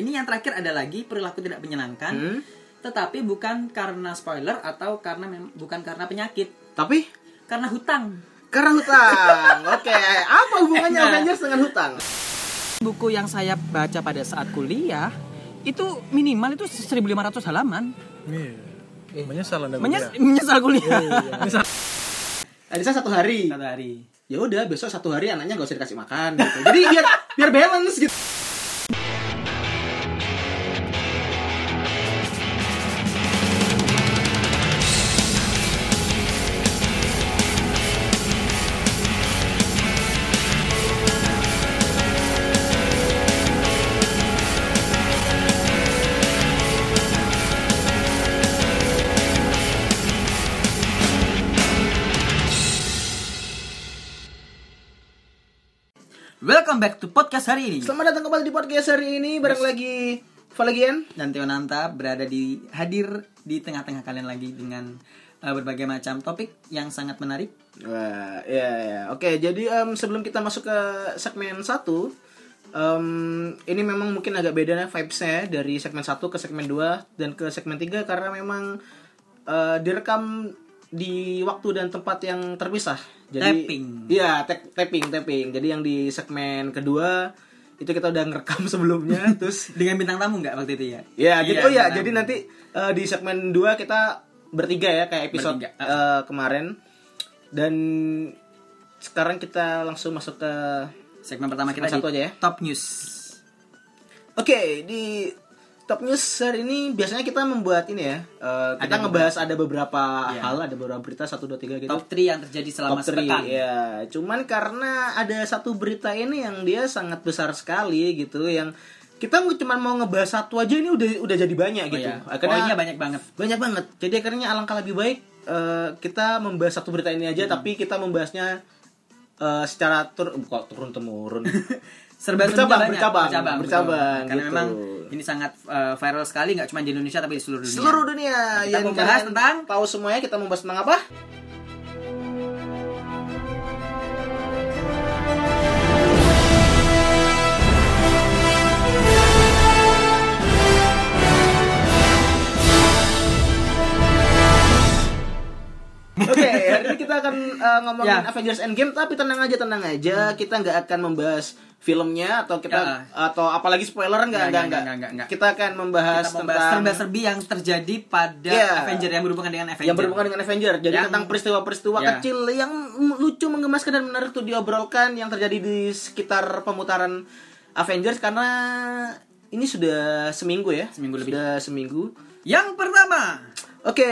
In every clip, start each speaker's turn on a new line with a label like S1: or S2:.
S1: Ini yang terakhir ada lagi perilaku tidak menyenangkan,
S2: Hmm.
S1: tetapi bukan karena spoiler atau karena mem- bukan karena penyakit,
S2: Tapi
S1: karena hutang.
S2: karena hutang. Oke, apa hubungannya
S1: Nah.
S2: Avengers dengan hutang?
S1: Buku yang saya baca pada saat kuliah itu minimal itu 1500 halaman.
S3: Iya.
S1: Eh.
S3: Menyesal Anda
S1: Menyes-
S3: kuliah. Iya,
S1: menyesal kuliah.
S3: Menyesal.
S2: Alisa satu hari.
S1: Satu hari.
S2: Ya udah, besok satu hari anaknya gak usah dikasih makan gitu. Jadi biar biar balance gitu.
S1: Welcome back to podcast hari ini.
S2: Selamat datang kembali di podcast hari ini bareng lagi Valegian.
S1: dan Tionanta berada di hadir di tengah-tengah kalian lagi dengan eh, berbagai macam topik yang sangat menarik.
S2: Wah, ya, ya. Oke, jadi em, sebelum kita masuk ke segmen 1 ini memang mungkin agak beda vibes-nya ya, dari segmen 1 ke segmen 2 dan ke segmen 3 karena memang eh, direkam di waktu dan tempat yang terpisah. Jadi
S1: Tapping.
S2: Iya, tap- tapping, tapping. Jadi yang di segmen kedua itu kita udah ngerekam sebelumnya terus
S1: Dengan bintang tamu nggak waktu itu ya?
S2: Ya,
S1: Iya,
S2: jadi, oh ya,
S1: bintang
S2: jadi
S1: tamu.
S2: nanti eh, di segmen 2 kita bertiga ya kayak episode
S1: Bertiga. ah.
S2: eh, kemarin. Dan sekarang kita langsung masuk ke
S1: segmen pertama kita
S2: segmen satu
S1: di
S2: aja ya.
S1: Top News.
S2: Oke, di Top News hari ini biasanya kita membuat ini ya. eh, kita
S1: Ada
S2: ngebahas ada beberapa
S1: Iya.
S2: hal, ada beberapa berita 1 2 3 gitu.
S1: Top 3 yang terjadi selama
S2: three,
S1: sepekan.
S2: ya. Cuman karena ada satu berita ini yang dia sangat besar sekali gitu yang kita cuma mau ngebahas satu aja ini udah udah jadi
S1: Oh,
S2: banyak gitu.
S1: ya.
S2: Akhirnya-
S1: Poinnya banyak banget.
S2: banyak banget jadi akhirnya alangkah lebih baik eh, kita membahas satu berita ini aja tapi kita membahasnya eh, secara tur bukan turun temurun
S1: Serba
S2: Bercabang,
S1: serbinya banyak.
S2: bercabang,
S1: bercabang,
S2: bercabang,
S1: Karena
S2: gitu.
S1: memang ini sangat eh, viral sekali nggak cuma di Indonesia tapi di seluruh dunia. Nah,
S2: seluruh dunia
S1: Kita membahas
S2: kalian
S1: tentang-
S2: tahu semuanya kita membahas tentang apa Oke, hari ini kita akan uh, ngomongin
S1: Ya. Hmm.
S2: Avengers Endgame, tapi tenang aja, tenang aja, kita nggak akan membahas filmnya atau kita atau apalagi
S1: Ya. Nggak,
S2: spoiler nggak nggak
S1: nggak,
S2: nggak
S1: nggak, nggak.
S2: kita akan membahas
S1: Kita membahas
S2: tentang
S1: serba-serbi yang terjadi pada
S2: Iya.
S1: Avenger yang berhubungan dengan Avenger.
S2: yang berhubungan dengan Avenger. Jadi
S1: Yang-
S2: tentang peristiwa-peristiwa
S1: Ya.
S2: kecil yang m- lucu, menggemaskan dan menarik tuh diobrolkan yang terjadi di sekitar pemutaran Avengers karena ini sudah seminggu ya.
S1: Seminggu lebih.
S2: Sudah seminggu.
S1: Yang pertama,
S2: Oke,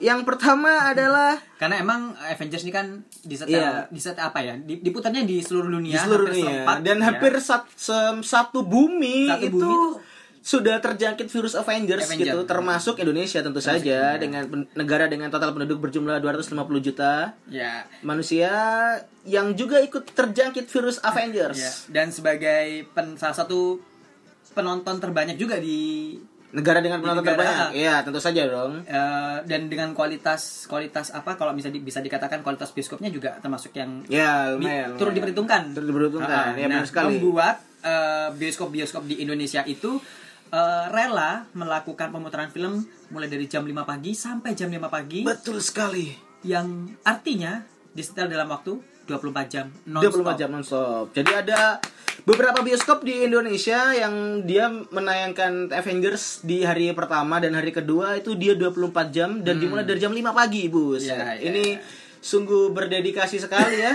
S2: yang pertama adalah
S1: Karena emang Avengers ini kan di set
S2: Iya.
S1: di set apa ya? Di- Diputarnya di seluruh dunia,
S2: di seluruh
S1: hampir
S2: dunia
S1: seperempat,
S2: dan
S1: ya.
S2: hampir sat- sem- satu bumi
S1: Satu
S2: itu
S1: bumi tuh-
S2: sudah terjangkit virus Avengers
S1: Avenger.
S2: gitu termasuk Indonesia tentu saja dengan pen- negara dengan total penduduk berjumlah 250 juta
S1: ya.
S2: manusia yang juga ikut terjangkit virus
S1: ya.
S2: Avengers.
S1: Dan sebagai pen, salah satu penonton terbanyak juga di
S2: Negara dengan penonton
S1: negara.
S2: terbanyak. Iya, tentu saja dong.
S1: eh, dan dengan kualitas kualitas apa kalau bisa di- bisa dikatakan kualitas bioskopnya juga termasuk yang
S2: Ya,
S1: di-
S2: lumayan.
S1: turut
S2: lumayan.
S1: diperhitungkan.
S2: Turut diperhitungkan.
S1: Ah,
S2: Ya,
S1: nah,
S2: benar sekali.
S1: membuat eh, bioskop-bioskop di Indonesia itu eh, rela melakukan pemutaran film mulai dari jam 5 pagi sampai jam 5 pagi.
S2: Betul sekali.
S1: yang artinya disetel dalam waktu 24 jam non
S2: 24 jam nonstop. Jadi ada beberapa bioskop di Indonesia yang dia menayangkan Avengers di hari pertama dan hari kedua itu dia 24 jam dan
S1: Hmm.
S2: dimulai dari jam 5 pagi, Bus.
S1: Ya, ya, ya.
S2: Ini sungguh berdedikasi sekali ya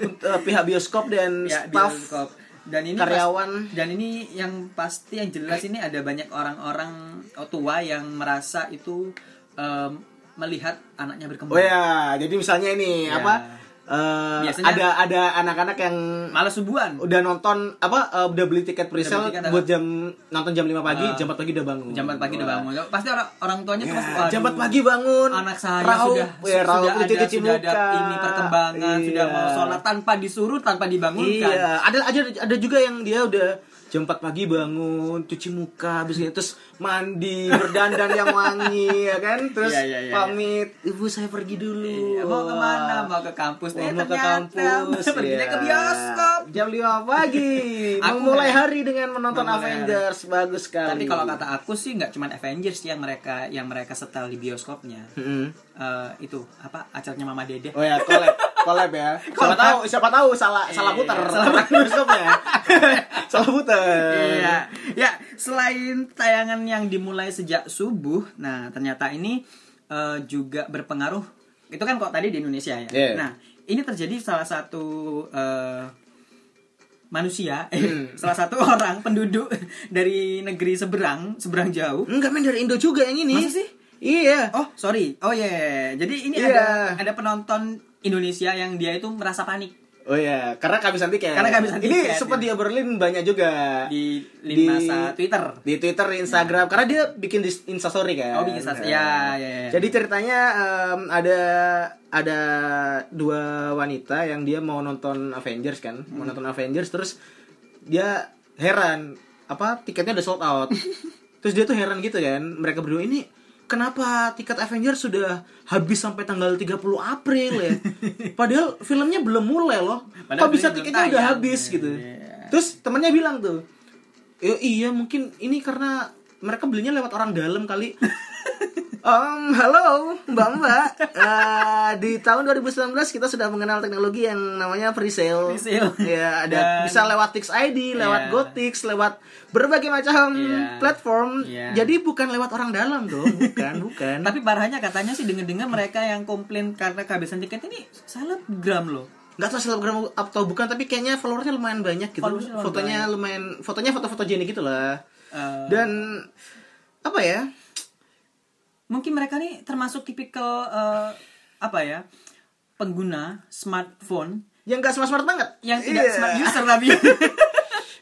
S2: Untuk, eh, pihak bioskop dan
S1: ya,
S2: staff
S1: bioskop. dan ini
S2: karyawan.
S1: pas- dan ini yang pasti yang jelas ini ada banyak orang-orang tua yang merasa itu em, melihat anaknya berkembang
S2: Oh ya, jadi misalnya ini
S1: Ya.
S2: apa? eh,
S1: Biasanya-
S2: ada ada anak-anak yang
S1: malah subuhan
S2: udah nonton apa eh, udah beli tiket presale
S1: beli tiket, Eh,
S2: buat jam nonton jam 5 pagi, jam 4 pagi udah bangun.
S1: jam 4 pagi udah
S2: Wah.
S1: bangun pasti orang orang tuanya tuh
S2: Ya,
S1: pasti, "Waduh,
S2: Iya. jam 4 pagi bangun.
S1: anak saya
S2: raup,
S1: sudah
S2: ya, raup,
S1: sudah ada
S2: cuci-cuci
S1: sudah ada
S2: muka.
S1: ini perkembangan sudah
S2: Iya.
S1: mau sholat tanpa disuruh tanpa dibangunkan
S2: Iya, ada ada ada juga yang dia udah jam 4 pagi bangun cuci muka habis itu terus mandi berdandan yang wangi ya kan terus
S1: Iya, iya, iya,
S2: pamit ibu saya pergi dulu
S1: Iya, mau kemana?
S2: Wah.
S1: Mau ke kampus.
S2: Wah,
S1: Eh,
S2: mau ke
S1: ternyata
S2: kampus
S1: perginya
S2: ya.
S1: ke bioskop.
S2: jam 5 pagi
S1: Aku
S2: memulai
S1: memang-
S2: hari dengan menonton
S1: memulai hari.
S2: Avengers bagus sekali
S1: Tapi kalau kata aku sih nggak cuman Avengers yang mereka yang mereka setel di bioskopnya.
S2: Mm-mm.
S1: Eh, itu apa acaranya Mama Dede.
S2: Oh ya, collab, collab ya. Siapa
S1: Collab.
S2: tahu, siapa tahu salah
S1: Iya,
S2: salah putar,
S1: salah
S2: salah bioskopnya. salah putar.
S1: Iya. Ya, selain tayangan yang dimulai sejak subuh, nah ternyata ini eh, juga berpengaruh. Itu kan kok tadi di Indonesia ya.
S2: Iya.
S1: Nah, ini terjadi salah satu eh, manusia, eh,
S2: Hmm.
S1: salah satu orang penduduk dari negeri seberang, seberang jauh.
S2: Enggak main dari Indo juga yang ini.
S1: Masa sih?
S2: Iya.
S1: Oh, sorry. Oh ya. Jadi ini
S2: Iya.
S1: ada ada penonton Indonesia yang dia itu merasa panik
S2: Oh iya, karena kehabisan tiket.
S1: Karena kehabisan
S2: Ini
S1: tiket, Iya. ya.
S2: sempat dia Berlin banyak juga.
S1: di lini
S2: Di-
S1: masa Twitter.
S2: di Twitter, di Instagram, karena dia bikin di Instastory
S1: Oh,
S2: kan.
S1: bikin Insta-
S2: Nah.
S1: ya, ya, ya.
S2: Jadi ceritanya em, ada ada dua wanita yang dia mau nonton Avengers kan,
S1: Hmm.
S2: mau nonton Avengers terus dia heran apa tiketnya udah sold out. terus dia tuh heran gitu kan, mereka berdua ini kenapa tiket Avengers sudah habis sampai tanggal 30 April ya? Padahal filmnya belum mulai loh.
S1: Padahal
S2: Kok
S1: filmnya
S2: bisa
S1: belum
S2: tiketnya udah
S1: tayang?
S2: habis gitu?
S1: Iya.
S2: Terus temennya bilang tuh, "Eh, iya mungkin ini karena mereka belinya lewat orang dalam kali. Om, halo Mbak Mbak. Eh, di tahun 2019 kita sudah mengenal teknologi yang namanya pre sale.
S1: Presale.
S2: Ya, ada
S1: Dan-
S2: bisa lewat Tix ID,
S1: Iya.
S2: lewat Gotix, lewat berbagai macam
S1: Iya.
S2: platform.
S1: Iya.
S2: Jadi bukan lewat orang dalam dong, bukan, bukan.
S1: Tapi parahnya katanya sih dengar-dengar mereka yang komplain karena kehabisan tiket ini selebgram loh.
S2: nggak tahu selebgram atau bukan tapi kayaknya followersnya lumayan banyak gitu
S1: Followersnya lumayan
S2: fotonya lumayan fotonya foto-foto jenik gitu lah
S1: Eh.
S2: dan apa ya
S1: Mungkin mereka nih termasuk tipikal eh, apa ya? pengguna smartphone
S2: yang gak smart smart banget
S1: yang tidak
S2: Iya.
S1: smart user tapi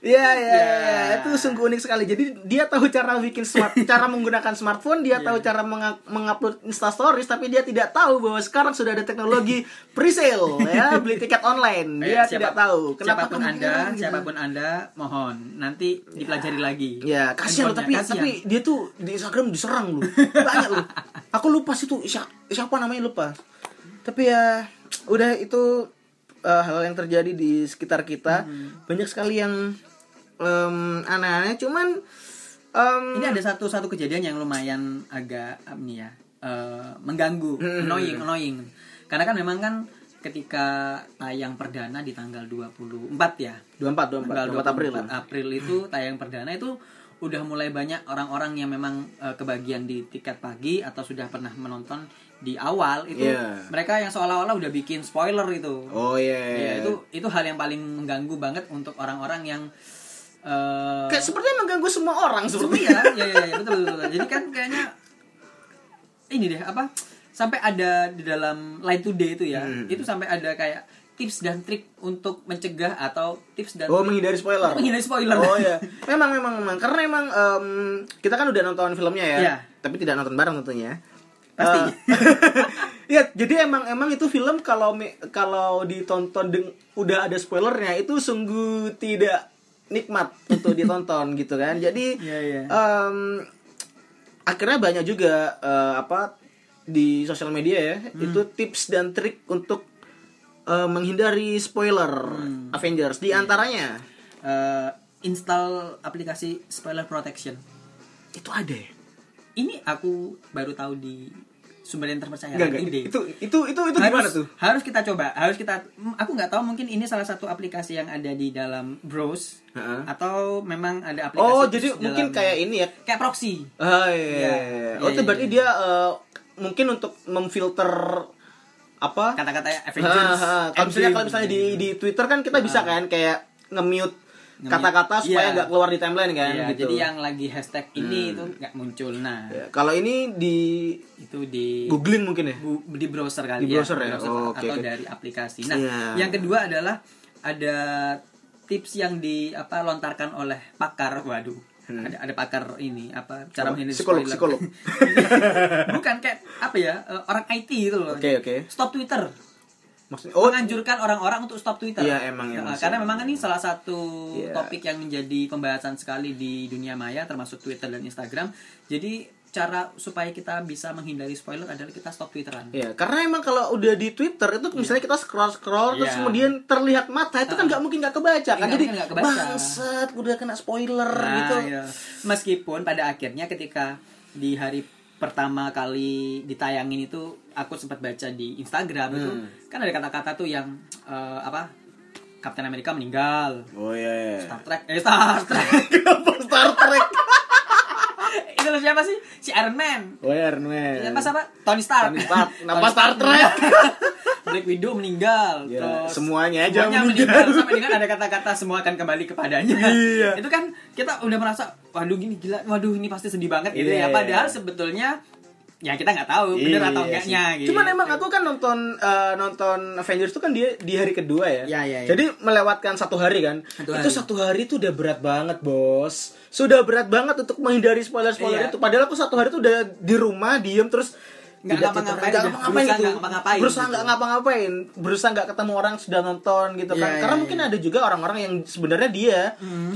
S2: Iya,
S1: Ya.
S2: iya, iya. itu sungguh unik sekali. Jadi dia tahu cara bikin smart, cara menggunakan smartphone,
S1: Iya.
S2: dia tahu cara menga- mengupload Insta Stories, tapi dia tidak tahu bahwa sekarang sudah ada teknologi presale, ya beli tiket online. Dia
S1: Eh, siapa-
S2: Iya, tidak tahu.
S1: siapapun Anda,
S2: kepikiran gitu.
S1: siapapun Anda, mohon nanti dipelajari lagi.
S2: Ya, kasihan lo tapi
S1: Handphonenya,
S2: tapi
S1: kasihan.
S2: dia tuh di Instagram diserang lu. Banyak lu. Aku lupa sih tuh siapa, siapa namanya lupa. Tapi ya udah itu eh, hal yang terjadi di sekitar kita. Banyak sekali yang em, aneh-aneh cuman em,
S1: Ini ada satu satu kejadian yang lumayan agak apa nih ya eh, mengganggu,
S2: Hmm.
S1: annoying, annoying. Karena kan memang kan ketika tayang perdana di tanggal 24 ya.
S2: 24 24
S1: Tanggal
S2: 24 April.
S1: 24 April itu tayang perdana itu udah mulai banyak orang-orang yang memang eh, kebagian di tiket pagi atau sudah pernah menonton di awal itu
S2: Iya.
S1: mereka yang seolah-olah udah bikin spoiler itu.
S2: Oh iya.
S1: Iya, itu itu hal yang paling mengganggu banget untuk orang-orang yang eh,
S2: kayak sepertinya mengganggu semua orang seperti
S1: Iya, iya, iya, iya, betul, betul, betul. Jadi kan kayaknya ini deh apa sampai ada di dalam line today itu ya,
S2: Hmm.
S1: itu sampai ada kayak tips dan trik untuk mencegah atau tips dan
S2: Oh menghindari spoiler.
S1: Untuk menghindari spoiler.
S2: Oh iya. Memang memang memang karena memang em, kita kan udah nonton filmnya ya.
S1: Iya.
S2: Tapi tidak nonton bareng tentunya.
S1: Pasti.
S2: Eh, Iya, jadi emang emang itu film kalau me- kalau ditonton deng- udah ada spoilernya itu sungguh tidak nikmat untuk ditonton gitu kan. Jadi
S1: Iya, iya.
S2: em, akhirnya banyak juga eh, apa di sosial media ya itu tips dan trik untuk eh, menghindari spoiler Avengers di antaranya
S1: eh, install aplikasi spoiler protection.
S2: itu ada ya?
S1: Ini aku baru tahu di sumber yang terpercaya.
S2: Enggak, enggak.
S1: Ini deh.
S2: Itu itu itu itu gimana
S1: harus,
S2: tuh?
S1: harus kita coba harus kita mm, aku nggak tahu mungkin ini salah satu aplikasi yang ada di dalam browse
S2: Heeh.
S1: atau memang ada aplikasi
S2: Oh,
S1: khusus
S2: jadi
S1: dalam-
S2: mungkin kayak ini ya.
S1: kayak proxy
S2: Ah, iya, iya, iya.
S1: Iya,
S2: Oh, itu
S1: iya,
S2: berarti
S1: iya.
S2: dia eh, mungkin untuk memfilter apa?
S1: kata-kata Avengers
S2: Ah, ah. Kalau misalnya
S1: Endgame. gitu.
S2: kalau misalnya di di Twitter kan kita bisa kan kayak nge-mute kata-kata
S1: Iya.
S2: supaya nggak keluar di timeline kan
S1: Iya,
S2: gitu. Hmm.
S1: jadi yang lagi hashtag ini itu nggak muncul nah
S2: Ya, Kalau ini di
S1: itu di
S2: googling mungkin ya.
S1: bu- di browser kali
S2: Di browser ya? Oh, oke,
S1: atau
S2: oke.
S1: dari aplikasi nah yang
S2: Iya.
S1: kedua adalah ada tips yang di apa lontarkan oleh pakar waduh ada ada pakar ini apa cara
S2: Hmm. Apa?
S1: menghindari
S2: Psikolog,
S1: spoiler.
S2: psikolog.
S1: bukan kayak apa ya eh, orang IT itu loh
S2: Oke, oke.
S1: stop Twitter
S2: Maksudnya oh
S1: menganjurkan orang-orang untuk stop Twitter.
S2: Iya, emang,
S1: Nah,
S2: emang sih,
S1: karena
S2: emang.
S1: memang ini salah satu
S2: Iya.
S1: topik yang menjadi pembahasan sekali di dunia maya termasuk Twitter dan Instagram. Jadi cara supaya kita bisa menghindari spoiler adalah kita stop Twitteran.
S2: Ya, karena emang kalau udah di Twitter itu misalnya kita scroll scroll terus
S1: Iya.
S2: kemudian terlihat mata itu kan nggak mungkin nggak kebaca
S1: Nggak
S2: kan jadi
S1: mungkin nggak kebaca.
S2: bangsat udah kena spoiler
S1: Nah,
S2: gitu.
S1: iya. Meskipun pada akhirnya ketika di hari pertama kali ditayangin itu aku sempat baca di Instagram itu
S2: Hmm.
S1: kan ada kata-kata tuh yang eh, apa Kapten Amerika meninggal.
S2: Oh iya.
S1: Star Trek, eh Star Trek.
S2: Kenapa Star Trek?
S1: itu loh siapa sih? Si Iron Man.
S2: Where where?
S1: Siapa siapa? Iya, Tony Stark.
S2: Tony Stark. Kenapa Star Trek?
S1: Black Widow meninggal.
S2: Ya,
S1: terus
S2: semuanya aja
S1: semuanya
S2: meninggal.
S1: meninggal. Sampai dengan ada kata-kata semua akan kembali kepadanya.
S2: Iya.
S1: Itu kan kita udah merasa waduh gini gila, waduh ini pasti sedih banget gitu ya.
S2: Iya.
S1: Padahal sebetulnya ya kita nggak tahu bener atau
S2: Iya
S1: enggaknya
S2: sih.
S1: gitu.
S2: Cuman emang aku kan nonton eh, nonton Avengers itu kan dia di hari kedua ya.
S1: Iya, iya, iya.
S2: Jadi melewatkan satu hari kan.
S1: Satu
S2: Itu
S1: hari.
S2: satu hari itu udah berat banget, Bos. Sudah berat banget untuk menghindari spoiler-spoiler
S1: Iya.
S2: itu. Padahal aku satu hari itu udah di rumah diem terus
S1: Nggak
S2: tidak
S1: ngapa-ngapain,
S2: Twitter, nggak
S1: udah. Berusaha
S2: ngapa-ngapain gitu.
S1: nggak ngapa-ngapain
S2: Berusaha
S1: gitu.
S2: nggak ngapa-ngapain. Berusaha nggak ketemu orang sudah nonton gitu
S1: Iya, iya,
S2: kan. Karena
S1: iya. Hmm.
S2: mungkin ada juga orang-orang yang sebenarnya dia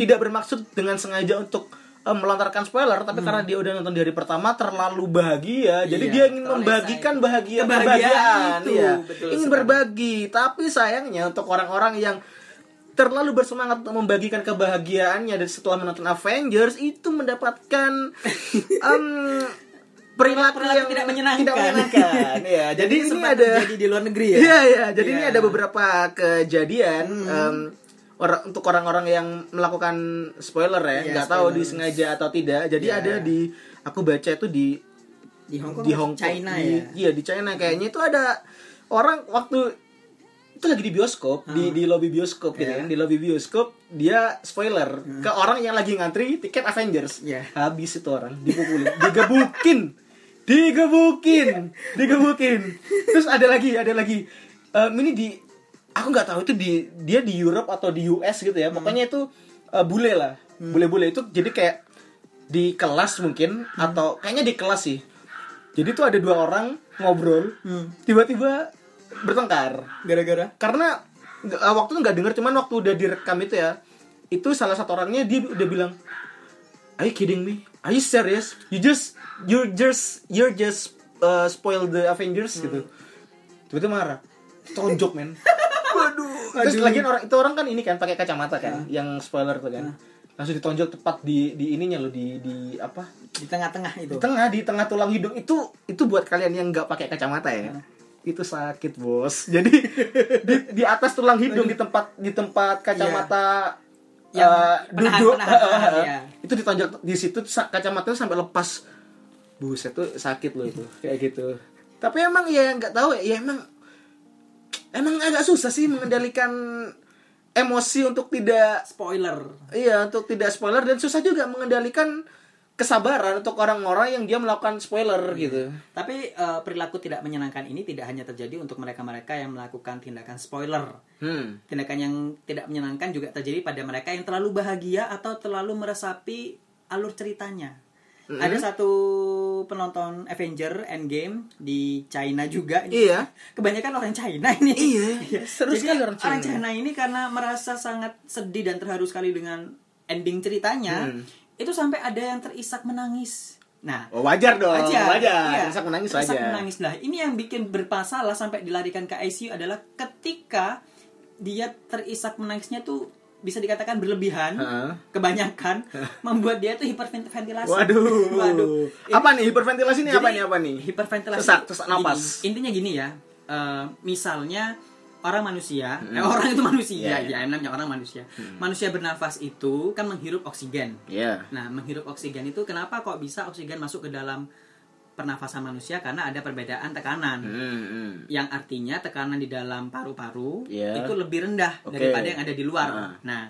S2: tidak bermaksud dengan sengaja untuk eh, melontarkan spoiler tapi
S1: Hmm.
S2: karena dia udah nonton di hari pertama terlalu bahagia jadi
S1: Iya,
S2: dia ingin
S1: terlalu
S2: membagikan
S1: excited.
S2: bahagia
S1: Kebahagiaan
S2: kebahagiaan
S1: itu,
S2: iya.
S1: betul
S2: ingin
S1: sekali.
S2: berbagi tapi sayangnya untuk orang-orang yang terlalu bersemangat untuk membagikan kebahagiaannya dan setelah menonton Avengers itu mendapatkan em, perilaku,
S1: Perilaku
S2: yang
S1: tidak menyenangkan.
S2: tidak menyenangkan. Iya, jadi ini
S1: sempat
S2: ada
S1: terjadi di luar negeri ya.
S2: Iya iya, jadi ini
S1: Iya. Hmm.
S2: ada beberapa kejadian em, orang untuk orang-orang yang melakukan spoiler ya,
S1: Iya,
S2: nggak tahu
S1: spoiler.
S2: disengaja atau tidak. Jadi
S1: Iya.
S2: ada di aku baca itu di
S1: Di Hong Kong,
S2: di Hong Kong,
S1: China
S2: di-
S1: ya.
S2: Iya, di China kayaknya itu ada orang waktu itu lagi di bioskop, di di lobi bioskop gitu
S1: Iya.
S2: kan, di lobi bioskop dia spoiler ke orang yang lagi ngantri tiket Avengers.
S1: Iya.
S2: Habis itu orang dipukulin, digebukin. Digebukin, digebukin. Terus ada lagi, ada lagi. Em, ini di aku nggak tahu itu di dia di Europe atau di US gitu ya. Pokoknya itu eh, bule lah. Bule-bule itu jadi kayak di kelas mungkin atau kayaknya di kelas sih. Jadi tuh ada dua orang ngobrol, tiba-tiba bertengkar
S1: Gara-gara
S2: karena nggak- eh, waktu itu nggak denger cuman waktu udah direkam itu ya itu salah satu orangnya dia udah bilang are you kidding me are you serious you just you just you just uh, spoil the Avengers gitu tiba-tiba marah tonjok men waduh terus lagi orang itu orang kan ini kan pakai kacamata kan yang spoiler tuh kan langsung ditonjok tepat di di ininya loh di di apa
S1: di tengah-tengah itu.
S2: di tengah di tengah tulang hidung itu itu buat kalian yang nggak pakai kacamata ya itu sakit bos jadi di, di atas tulang hidung di tempat di tempat kacamata
S1: Yang
S2: eh,
S1: penahan-
S2: duduk Iya.
S1: penahan, penahan, ya.
S2: itu ditonjok di situ sa- kacamatanya sampai lepas buset tuh sakit loh itu kayak gitu tapi emang ya nggak tahu ya, ya emang emang agak susah sih mengendalikan emosi untuk tidak
S1: Spoiler.
S2: Iya, untuk tidak spoiler dan susah juga mengendalikan kesabaran untuk orang-orang yang dia melakukan spoiler gitu.
S1: Tapi eh, perilaku tidak menyenangkan ini tidak hanya terjadi untuk mereka-mereka yang melakukan tindakan spoiler.
S2: Hmm.
S1: Tindakan yang tidak menyenangkan juga terjadi pada mereka yang terlalu bahagia atau terlalu meresapi alur ceritanya. Ada satu penonton Avenger Endgame di China juga. Ini
S2: Iya.
S1: Kebanyakan orang China ini.
S2: Iya, seru sekali orang China.
S1: ini karena merasa sangat sedih dan terharu sekali dengan ending ceritanya.
S2: Mm.
S1: Itu sampai ada yang terisak menangis. Nah,
S2: Oh, wajar dong.
S1: wajar,
S2: Wajar.
S1: iya.
S2: Tersak menangis
S1: Tersak
S2: wajar.
S1: menangis. Nah, ini yang bikin bermasalah sampai dilarikan ke ICU adalah ketika dia terisak menangisnya tuh bisa dikatakan berlebihan,
S2: Heeh.
S1: kebanyakan membuat dia tuh hiperventilasi.
S2: Waduh.
S1: Waduh. Ini-
S2: Apa nih hiperventilasi ini
S1: jadi,
S2: apa nih apa nih?
S1: Hiperventilasi.
S2: Sesak, sesak napas.
S1: Gini, intinya gini ya. eh, misalnya orang manusia, eh, orang itu manusia, ya
S2: Iya, iya.
S1: em namanya orang manusia. Manusia bernafas itu kan menghirup oksigen.
S2: Iya.
S1: Nah, menghirup oksigen itu kenapa kok bisa oksigen masuk ke dalam pernafasan manusia? Karena ada perbedaan tekanan.
S2: Hmm.
S1: Yang artinya tekanan di dalam paru-paru
S2: Iya.
S1: itu lebih rendah
S2: Oke.
S1: daripada yang ada di luar.
S2: Nah.
S1: Nah,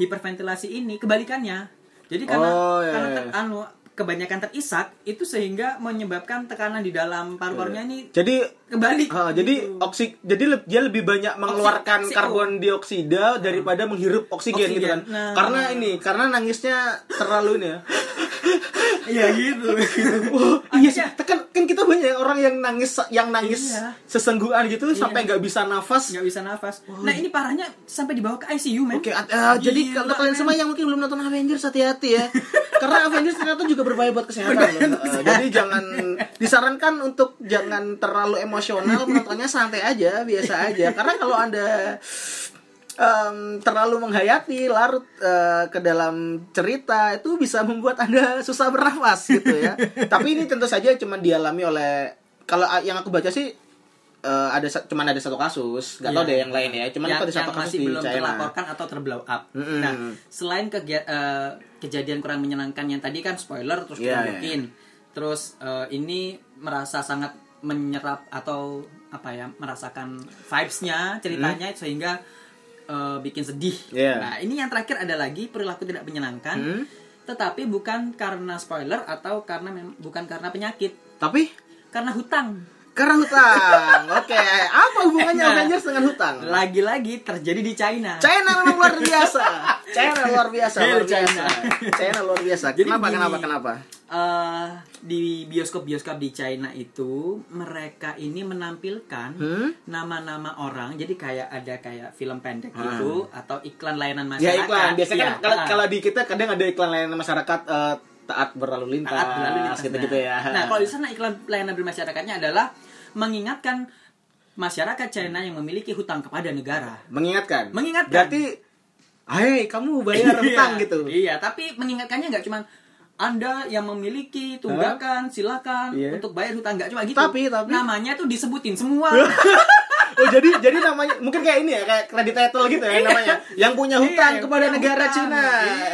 S1: hiperventilasi ini kebalikannya. Jadi karena
S2: Oh, iya,
S1: karena
S2: iya.
S1: te- anu, kebanyakan terisak itu sehingga menyebabkan tekanan di dalam paru-parunya ini
S2: Jadi
S1: kebalik.
S2: ah, jadi oksi jadi le- dia lebih banyak mengeluarkan
S1: CO.
S2: karbon dioksida daripada menghirup oksigen, gitu
S1: oh. Nah. Oksigen.
S2: kan.
S1: Nah.
S2: Karena ini, karena nangisnya terlalu ini ya.
S1: Iya gitu.
S2: Iya,
S1: Akhirnya-
S2: kan kan kita banyak orang yang nangis yang nangis
S1: Iya.
S2: sesenggukan gitu sampai nggak bisa nafas.
S1: nggak bisa nafas. Nah ini parahnya sampai dibawa ke ICU men.
S2: Oke, at- eh, jadi
S1: Gila,
S2: kalau kalian
S1: men.
S2: semua yang mungkin belum nonton Avengers hati-hati ya. Karena Avengers ternyata juga berbahaya buat kesehatan. loh. Eh, jadi jangan disarankan untuk jangan terlalu emosional, menontonnya santai aja, biasa aja. Karena kalau Anda em, terlalu menghayati, larut eh, ke dalam cerita itu bisa membuat Anda susah bernafas gitu ya. Tapi ini tentu saja cuma dialami oleh kalau a- yang aku baca sih eh, ada sa- cuman ada satu kasus, gak
S1: Iya.
S2: tau deh yang lain ya. Cuman
S1: yang,
S2: itu ada satu
S1: yang
S2: kasus
S1: masih
S2: di
S1: belum
S2: China.
S1: terlaporkan atau terblow up.
S2: Mm-mm.
S1: Nah, selain kegia- eh, kejadian kurang menyenangkan yang tadi kan spoiler terus
S2: Iya,
S1: ditunjukin. Terus eh, ini merasa sangat menyerap atau apa ya merasakan vibes-nya ceritanya sehingga eh, bikin sedih.
S2: Mm-hmm. Iya.
S1: Nah, ini yang terakhir ada lagi perilaku tidak menyenangkan.
S2: Hmm.
S1: Tetapi bukan karena spoiler atau karena mem- bukan karena penyakit,
S2: Tapi
S1: karena hutang.
S2: karena hutang. Oke, apa hubungannya
S1: Nah.
S2: Avengers dengan hutang?
S1: Lagi-lagi terjadi di China.
S2: China memang luar biasa. China luar biasa, luar
S1: Hell, China.
S2: biasa. China luar biasa.
S1: Jadi
S2: kenapa
S1: gini.
S2: kenapa kenapa?
S1: eh di bioskop-bioskop di China itu mereka ini menampilkan
S2: Hmm?
S1: nama-nama orang jadi kayak ada kayak film pendek gitu atau iklan layanan
S2: Hmm. Ya
S1: masyarakat
S2: iklan. Biasanya kan
S1: Ya,
S2: kalau
S1: ah,
S2: kalau di kita kadang ada iklan layanan masyarakat eh, taat berlalu lintas,
S1: taat berlalu lintas.
S2: gitu-gitu Ah, ya.
S1: Nah, Nah, kalau di sana iklan layanan bermasyarakatnya adalah mengingatkan masyarakat China yang memiliki hutang kepada negara
S2: mengingatkan.
S1: Mengingatkan.
S2: Berarti Hai, kamu
S1: Iya,
S2: bayar hutang gitu.
S1: Iya, tapi mengingatkannya nggak cuma anda yang memiliki tunggakan silakan
S2: Iya.
S1: untuk bayar hutang nggak cuma gitu.
S2: Tapi- tapi-
S1: namanya tuh disebutin semua.
S2: Oh jadi jadi namanya mungkin kayak ini ya kayak kredit title gitu ya namanya yang punya hutang
S1: Iya,
S2: kepada
S1: punya
S2: negara
S1: hutang.
S2: Cina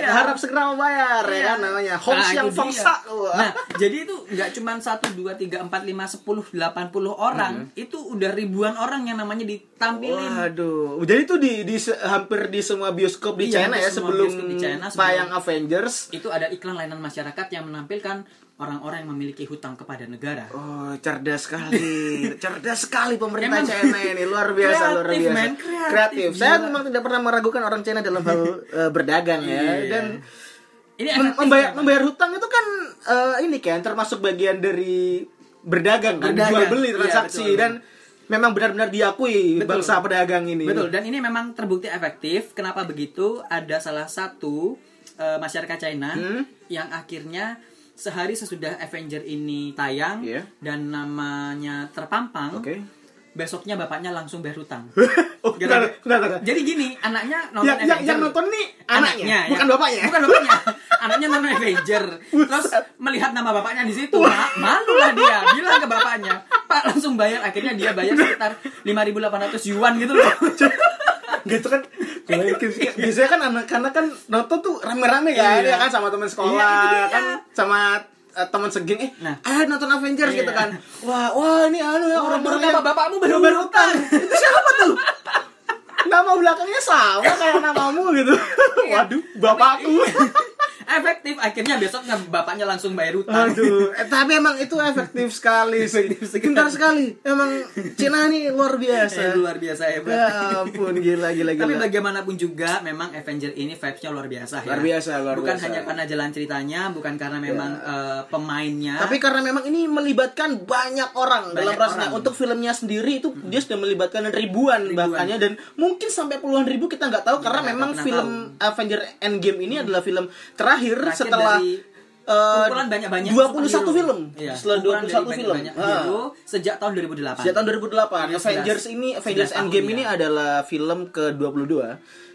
S1: Iya.
S2: harap segera membayar ya
S1: Iya.
S2: kan namanya Hong
S1: Nah,
S2: Xiang
S1: itu
S2: Fong
S1: dia.
S2: Sa. Wah.
S1: Nah, jadi itu nggak cuma 1 2 3 4 5 10 80 orang,
S2: Mm-hmm.
S1: itu udah ribuan orang yang namanya ditampilin.
S2: Waduh, jadi tuh di, di se- hampir di semua bioskop di
S1: Iya,
S2: China
S1: di
S2: ya
S1: semua
S2: sebelum
S1: bioskop di China, sebelum-
S2: tayang Avengers.
S1: Itu ada iklan layanan masyarakat yang menampilkan orang-orang yang memiliki hutang kepada negara.
S2: Oh, cerdas sekali, cerdas sekali pemerintah
S1: Emang-
S2: China ini luar biasa, luar
S1: Kreatif,
S2: biasa,
S1: man, kreatif,
S2: Saya
S1: gila.
S2: memang tidak pernah meragukan orang China dalam hal eh, berdagang ya
S1: Iya.
S2: dan
S1: Ini efektif
S2: Mem- membayar
S1: nggak, Pak?
S2: membayar hutang itu kan eh, ini kan termasuk bagian dari berdagang kan
S1: Berdagang.
S2: jual beli
S1: Iya,
S2: transaksi
S1: betul.
S2: dan memang benar-benar diakui
S1: Betul.
S2: bangsa pedagang ini.
S1: Betul, dan ini memang terbukti efektif. Kenapa begitu? Ada salah satu eh, masyarakat China
S2: Hmm?
S1: yang akhirnya sehari sesudah Avenger ini tayang
S2: Iya.
S1: dan namanya terpampang,
S2: Oke.
S1: besoknya bapaknya langsung bayar hutang.
S2: Oh, bentar, bentar, bentar.
S1: Jadi gini, anaknya nonton
S2: Yang, Ya, yang,
S1: Avenger.
S2: yang nonton nih anaknya,
S1: ya.
S2: bukan bapaknya.
S1: Bukan bapaknya. anaknya nonton Avenger. Terus melihat nama bapaknya di situ, ma- malu lah dia. Bilang ke bapaknya, "Pak, langsung bayar." Akhirnya dia bayar sekitar 5.800 yuan gitu loh.
S2: gitu kan bayangin sih. biasanya kan anak-anak kan nonton tuh rame-rame kan
S1: Iya.
S2: ya kan sama teman sekolah
S1: Iya, itu dia.
S2: kan sama eh, teman segeng eh
S1: Nah.
S2: ah nonton Avengers
S1: Iya.
S2: gitu kan wah wah ini anu ya
S1: Wah,
S2: orang
S1: baru
S2: yang-
S1: nama bapakmu baru
S2: baru
S1: berhutang.
S2: itu siapa tuh nama belakangnya sama kayak namamu gitu waduh bapakku
S1: Efektif akhirnya besoknya bapaknya langsung bayar hutang.
S2: Aduh, eh, tapi emang itu efektif sekali sih.
S1: Efektif sekali.
S2: Pintar sekali. Emang Cina nih
S1: Eh,
S2: luar biasa.
S1: luar biasa hebat.
S2: Ya ampun, gila gila gila.
S1: Tapi bagaimanapun juga memang Avenger ini vibes-nya luar biasa ya.
S2: Luar biasa, luar
S1: bukan
S2: biasa. Ya.
S1: hanya karena jalan ceritanya, bukan karena memang eh, pemainnya.
S2: Tapi karena memang ini melibatkan banyak orang dalam
S1: Banyak
S2: prosesnya.
S1: orang. Hmm.
S2: Untuk filmnya sendiri itu dia sudah melibatkan ribuan, bahkannya dan mungkin sampai puluhan ribu kita nggak tahu karena
S1: nggak
S2: memang
S1: pernah Hmm.
S2: film Avenger Endgame ini adalah film terakhir,
S1: Terakhir
S2: setelah
S1: dari
S2: eh,
S1: kumpulan banyak-banyak
S2: 21
S1: superhero.
S2: film.
S1: Iya,
S2: Setelah
S1: kumpulan
S2: 21
S1: dari
S2: film.
S1: banyak-banyak
S2: Ha.
S1: hero sejak tahun 2008.
S2: Sejak tahun 2008
S1: Iya,
S2: Avengers ini Avengers
S1: 11 tahun
S2: Endgame
S1: ya. Hmm.
S2: ini adalah film ke-22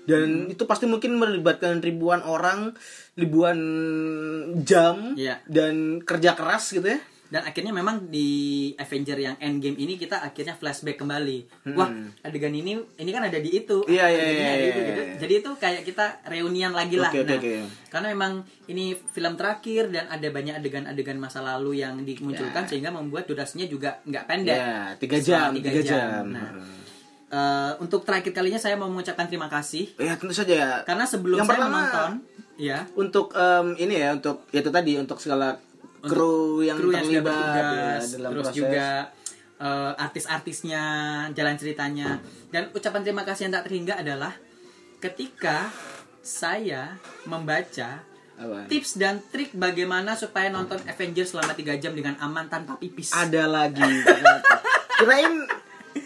S2: dan itu pasti mungkin melibatkan ribuan orang, ribuan jam
S1: Iya.
S2: dan kerja keras gitu ya.
S1: Dan akhirnya memang di Avenger yang Endgame ini kita akhirnya flashback kembali. Wah, adegan ini ini kan ada di itu.
S2: Hmm. Iya, iya,
S1: adegan ini
S2: iya,
S1: ada di
S2: iya,
S1: itu, gitu.
S2: iya.
S1: Jadi itu kayak kita reunian lagi lah.
S2: Oke, oke,
S1: Nah,
S2: oke. iya.
S1: Karena memang ini film terakhir dan ada banyak adegan-adegan masa lalu yang
S2: Iya.
S1: dimunculkan sehingga membuat durasinya juga nggak pendek.
S2: Ya, tiga
S1: Selama
S2: jam,
S1: tiga
S2: tiga
S1: jam.
S2: jam.
S1: Nah, eh, untuk terakhir kalinya saya mau mengucapkan terima kasih
S2: Ya tentu saja.
S1: karena sebelum
S2: Yang
S1: saya
S2: pertama,
S1: menonton, ya
S2: untuk em, ini ya untuk ya itu tadi untuk segala kru yang
S1: kru yang sudah
S2: terlibat ya,
S1: bertugas,
S2: dalam
S1: terus
S2: proses.
S1: juga eh, artis-artisnya, jalan ceritanya. Dan ucapan terima kasih yang tak terhingga adalah ketika saya membaca
S2: Apaan?
S1: Tips dan trik bagaimana supaya nonton Avengers selama 3 jam dengan aman tanpa pipis.
S2: Ada lagi. ternyata. Kirain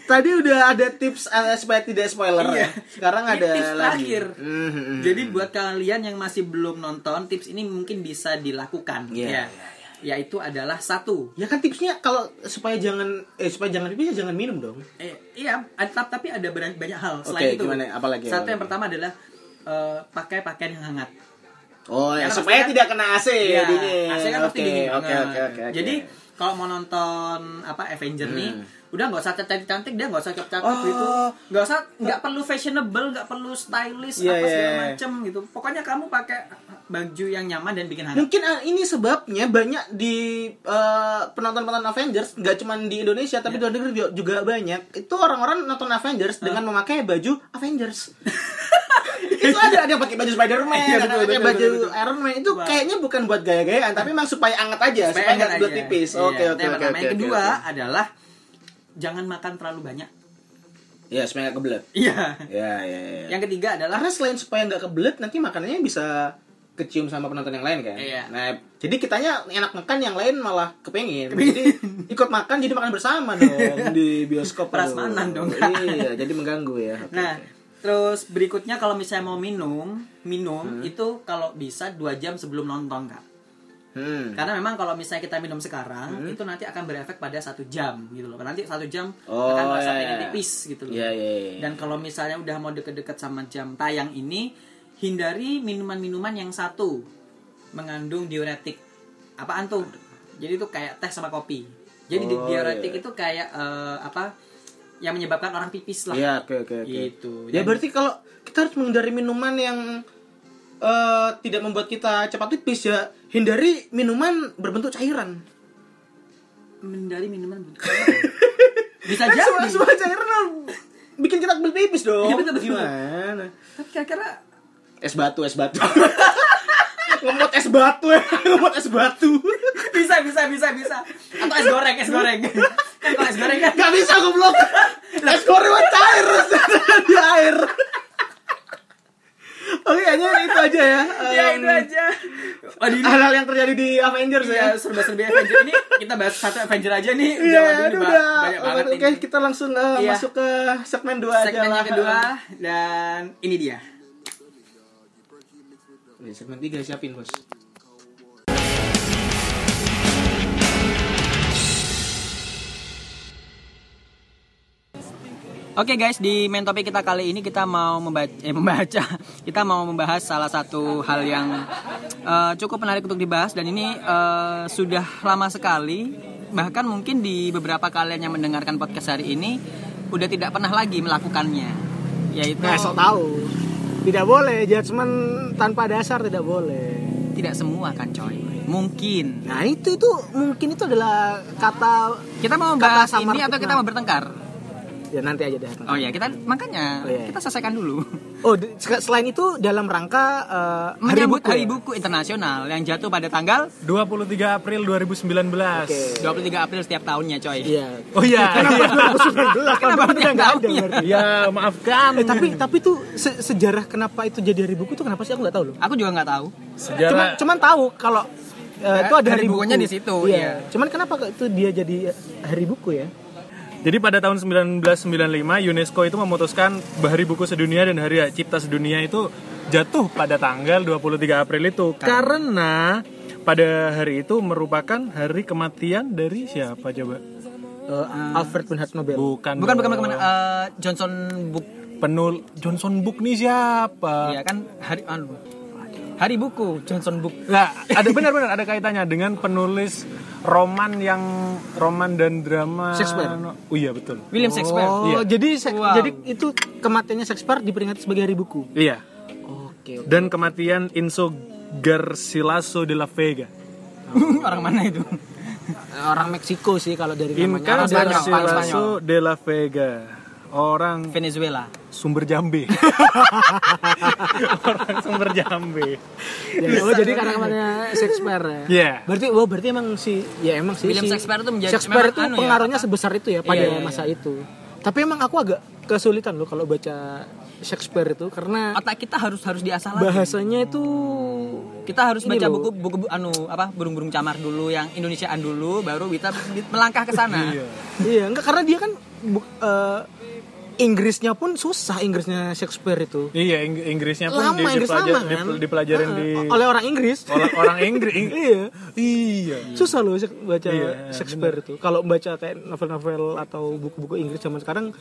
S2: tadi udah ada tips eh, supaya tidak spoiler ya. Sekarang
S1: Iya. Ini
S2: ada
S1: tips
S2: lagi.
S1: terakhir.
S2: Mhm.
S1: Jadi buat kalian yang masih belum nonton, tips ini mungkin bisa dilakukan.
S2: Iya,
S1: ya.
S2: iya,
S1: Yaitu adalah satu.
S2: Ya kan tipsnya kalau supaya jangan eh supaya jangan pipis ya jangan minum dong.
S1: Eh, iya, ad- tap- tapi ada banyak, banyak hal selain
S2: Oke,
S1: itu.
S2: gimana? Apalagi,
S1: Satu
S2: apalagi?
S1: yang pertama adalah eh, pakai pakaian yang hangat.
S2: Oh, ya,
S1: Karena
S2: supaya
S1: maksudnya-
S2: tidak kena AC
S1: Iya,
S2: dingin.
S1: AC kan pasti
S2: Oke,
S1: dingin
S2: Oke,
S1: banget.
S2: oke, oke. oke.
S1: Jadi kalau mau nonton apa Avenger nih, udah nggak usah cantik cantik, dia nggak usah cakep cakep
S2: Hmm. Oh.
S1: gitu, nggak usah, nggak perlu fashionable, nggak perlu stylish
S2: Iya,
S1: apa segala
S2: iya.
S1: macem gitu. Pokoknya kamu pakai baju yang nyaman dan bikin hangat.
S2: Mungkin ah, ini sebabnya banyak di eh, penonton-penonton Avengers nggak cuma di Indonesia tapi di luar negeri juga- juga banyak. Itu orang-orang nonton
S1: Ah.
S2: Avengers dengan memakai baju Avengers. itu ada ada yang pakai baju Spider-Man,
S1: Iya,
S2: ada
S1: betul,
S2: yang pakai
S1: betul,
S2: baju
S1: betul, betul.
S2: Iron Man. Itu
S1: Wah.
S2: kayaknya bukan buat gaya-gayaan tapi memang supaya anget aja,
S1: Supaya
S2: Iya, supaya
S1: hangat
S2: nggak buat
S1: aja.
S2: tipis.
S1: Iya, itu
S2: Oke, oke,
S1: yang
S2: oke.
S1: pertama.
S2: oke,
S1: Yang
S2: oke,
S1: kedua
S2: oke.
S1: adalah jangan makan terlalu banyak.
S2: ya supaya nggak kebelet.
S1: Iya.
S2: Ya, ya, ya.
S1: Yang ketiga adalah
S2: Karena selain supaya nggak kebelet, nanti makanannya bisa kecium sama penonton yang lain kan.
S1: Iya.
S2: Nah, jadi kitanya enak makan yang lain malah kepengin. Jadi ikut makan jadi makan bersama dong di bioskop. Aduh.
S1: Prasmanan dong.
S2: Iya, jadi mengganggu ya. Oke,
S1: Nah,
S2: oke.
S1: terus berikutnya kalau misalnya mau minum, minum itu kalau bisa dua jam sebelum nonton kak.
S2: Hmm.
S1: Karena memang kalau misalnya kita minum sekarang, itu nanti akan berefek pada satu jam gitu loh. Nanti satu jam
S2: Oh,
S1: akan merasa
S2: iya,
S1: pengen
S2: iya.
S1: tipis gitu loh.
S2: Iya, iya, iya.
S1: Dan kalau misalnya udah mau deket-deket sama jam tayang ini, hindari minuman-minuman yang satu mengandung diuretik. Apaan tuh? Jadi itu kayak teh sama kopi. Jadi di-
S2: Oh,
S1: diuretik
S2: iya.
S1: itu kayak eh, apa? Yang menyebabkan orang pipis lah.
S2: Iya, oke oke oke.
S1: Gitu.
S2: Ya
S1: Dan-
S2: berarti kalau kita harus menghindari minuman yang eh, tidak membuat kita cepat tipis ya, hindari minuman berbentuk cairan.
S1: Mendari minuman bisa
S2: Kan semua,
S1: Nah, jadi.
S2: semua cairan bikin kita kebelet pipis dong.
S1: Iya, betul, betul.
S2: Gimana?
S1: Tapi kira-kira
S2: es batu es batu ngemut es batu ya ngemut es batu
S1: bisa bisa bisa bisa atau es goreng es goreng kan kalau es goreng kan
S2: nggak bisa aku belum es goreng mah cair di air oke kayaknya itu aja ya
S1: ya
S2: Em,
S1: itu aja waduh Oh, ini
S2: hal-hal yang terjadi di Avengers ya
S1: ya serba-serbi Avenger ini kita bahas satu Avenger aja nih udah
S2: Iya,
S1: waduh, ini
S2: aduh,
S1: ba-
S2: udah.
S1: banyak banget
S2: Oke,
S1: ini
S2: kita langsung eh,
S1: Iya.
S2: masuk ke segmen 2 aja
S1: segmen
S2: lah.
S1: yang kedua dan ini dia
S2: Oke, Segmen 3 siapin, Bos.
S1: Oke guys, di main topik kita kali ini kita mau membaca, eh, membaca, kita mau membahas salah satu hal yang eh, cukup menarik untuk dibahas dan ini eh, sudah lama sekali, bahkan mungkin di beberapa kalian yang mendengarkan podcast hari ini udah tidak pernah lagi melakukannya, yaitu
S2: Nah, sok tahu. Tidak boleh judgement tanpa dasar tidak boleh.
S1: tidak semua kan coy, mungkin
S2: Nah itu itu mungkin itu adalah kata
S1: kita mau membahas
S2: samar
S1: ini atau kita
S2: fitnah.
S1: mau bertengkar?
S2: ya nanti aja deh.
S1: Oh ya kita makanya
S2: Oh, iya.
S1: kita selesaikan dulu.
S2: Oh di- se- selain itu dalam rangka eh, hari
S1: Menyambut
S2: buku.
S1: Hari
S2: ya?
S1: Buku Internasional yang jatuh pada tanggal
S4: 23 April 2019.
S2: Oke.
S1: 23 April setiap tahunnya coy.
S2: Iya.
S4: Oh iya.
S2: Kenapa 2019?
S4: iya.
S1: Kenapa tiap
S2: Kan udah nggak ada
S1: tahunnya?
S2: berarti.
S4: Iya, maaf kami.
S2: Eh, tapi tapi tuh se- sejarah kenapa itu jadi hari buku itu kenapa sih aku nggak tahu loh.
S1: Aku juga nggak tahu.
S2: Cuman
S4: sejarah
S2: cuman tahu kalau eh, itu ada
S1: Hari
S2: hari,
S1: bukunya
S2: buku.
S1: di situ,
S2: Iya.
S1: iya.
S2: Cuman kenapa kok itu dia jadi hari buku ya?
S4: Jadi pada tahun 1995 UNESCO itu memutuskan bahwa Hari Buku Sedunia dan Hari Hak Cipta Sedunia itu jatuh pada tanggal 23 April itu karena pada hari itu merupakan hari kematian dari siapa coba?
S2: Eh, Alfred Bernhard Nobel.
S4: Bukan
S1: Bukan bukan
S4: dong.
S1: bukan eh, Johnson Book.
S4: Penul Johnson Book nih siapa?
S2: Eh.
S1: Iya kan hari anu. Hari buku Johnson Book.
S4: Nah, ada benar-benar ada kaitannya dengan penulis roman yang roman dan drama
S2: Shakespeare.
S4: Oh iya betul.
S1: William Shakespeare.
S2: Oh,
S4: Iya.
S2: jadi se-
S1: Wow.
S2: jadi itu kematiannya Shakespeare diperingati sebagai hari buku.
S4: Iya.
S2: Oke.
S4: Dan kematian Enzo Garcilaso de la Vega.
S1: Orang mana itu?
S2: orang Meksiko sih kalau dari namanya
S4: Inca
S2: orang Spanyol.
S4: Garcilaso de la Vega. Orang
S1: Venezuela.
S4: sumber jambe. Orang sumber jambe.
S2: Ya, oh, jadi karena kemana Shakespeare ya.
S4: Iya.
S2: Berarti wah berarti emang si ya emang sih
S1: William
S2: si-
S1: Shakespeare itu menjadi-
S2: Shakespeare
S1: memang
S2: itu
S1: anu ya,
S2: pengaruhnya sebesar itu ya pada
S1: Iya, iya,
S2: masa itu. Tapi emang aku agak kesulitan loh kalau baca Shakespeare itu karena
S1: otak kita harus harus diasah lagi.
S2: bahasanya itu
S1: kita harus
S2: Ini
S1: baca
S2: loh.
S1: buku buku bu- anu apa burung-burung camar dulu yang Indonesiaan dulu baru kita melangkah ke sana.
S2: iya enggak karena dia kan bu- eh, Inggrisnya pun susah Inggrisnya Shakespeare itu.
S4: Iya, Ing- Inggrisnya pun
S2: lama
S4: di-
S2: Inggris
S4: dipelajar-
S2: lama kan. Ah.
S4: dip- dipelajarin
S2: Heeh,
S4: di Oh.
S2: oleh orang Inggris.
S4: oleh orang Inggris.
S2: iya.
S4: iya.
S2: Susah loh Shak- baca
S4: Iya,
S2: Shakespeare itu. Kalau baca kayak novel-novel atau buku-buku Inggris zaman sekarang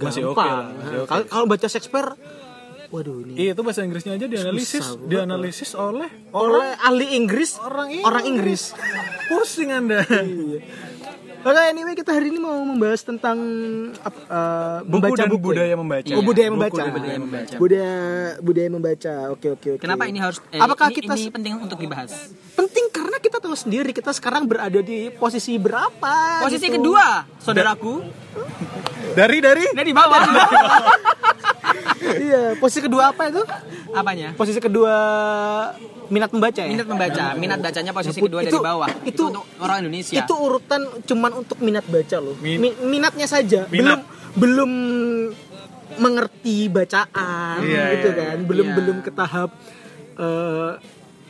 S4: Masih
S2: gampang.
S4: oke lah, masih
S2: Heeh, Kalau kalau baca Shakespeare waduh ini
S4: Iya, itu bahasa Inggrisnya aja dianalisis,
S2: Susah banget.
S4: dianalisis oleh oh, orang
S2: oleh ahli Inggris
S4: orang Inggris.
S2: orang Inggris.
S4: Pusing Anda.
S2: Oke, anyway kita hari ini mau membahas tentang ap- eh,
S4: Buku
S2: membaca
S4: dan
S2: buku ya?
S4: budaya membaca.
S2: Oh, budaya
S4: Buku
S2: membaca.
S4: dan budaya
S2: Budaya
S1: membaca.
S2: budaya budaya membaca. Oke, oke, oke.
S1: Kenapa ini harus eh,
S2: Apakah
S1: ini,
S2: kita
S1: ini
S2: se-
S1: penting untuk dibahas?
S2: penting karena kita tahu sendiri kita sekarang berada di posisi berapa?
S1: Posisi
S2: gitu.
S1: kedua, saudaraku,
S4: Dari dari
S1: dari bawah.
S2: iya, posisi kedua apa itu?
S1: Apanya?
S2: Posisi kedua minat membaca ya.
S1: Minat membaca, minat bacanya posisi kedua dari
S2: Itu-
S1: bawah. Itu,
S2: itu-
S1: untuk orang Indonesia.
S2: Itu urutan cuman untuk minat baca loh.
S4: Min-
S2: Mi- minatnya saja.
S4: Minat.
S2: Belum belum mengerti bacaan
S4: Iya,
S2: gitu
S4: iya,
S2: kan. Belum
S1: iya.
S2: belum ke tahap eh,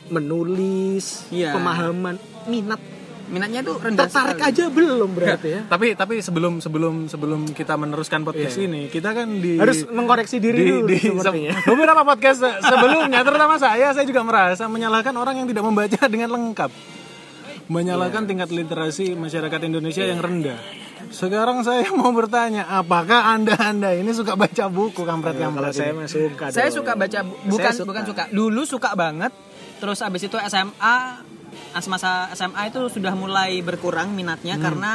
S2: menulis,
S1: Iya.
S2: pemahaman, minat.
S1: minatnya itu rendah
S2: Tertarik
S1: sekali.
S2: aja belum berarti ya.
S4: tapi tapi sebelum sebelum sebelum kita meneruskan podcast ini kita kan di
S2: Harus mengkoreksi diri
S4: di,
S2: dulu
S4: di-
S2: sepertinya.
S4: se- beberapa podcast se- sebelumnya terutama saya saya juga merasa menyalahkan orang yang tidak membaca dengan lengkap menyalahkan tingkat literasi masyarakat Indonesia yang rendah sekarang saya mau bertanya apakah anda anda ini suka baca buku kampret
S2: Kalau
S4: kampret
S2: saya
S4: ini?
S2: mah suka.
S1: Saya
S2: dong.
S1: suka baca bu- bukan
S2: Saya suka.
S1: bukan suka. Dulu suka banget. Terus abis itu SMA as- masa SMA itu sudah mulai berkurang minatnya
S2: Hmm.
S1: karena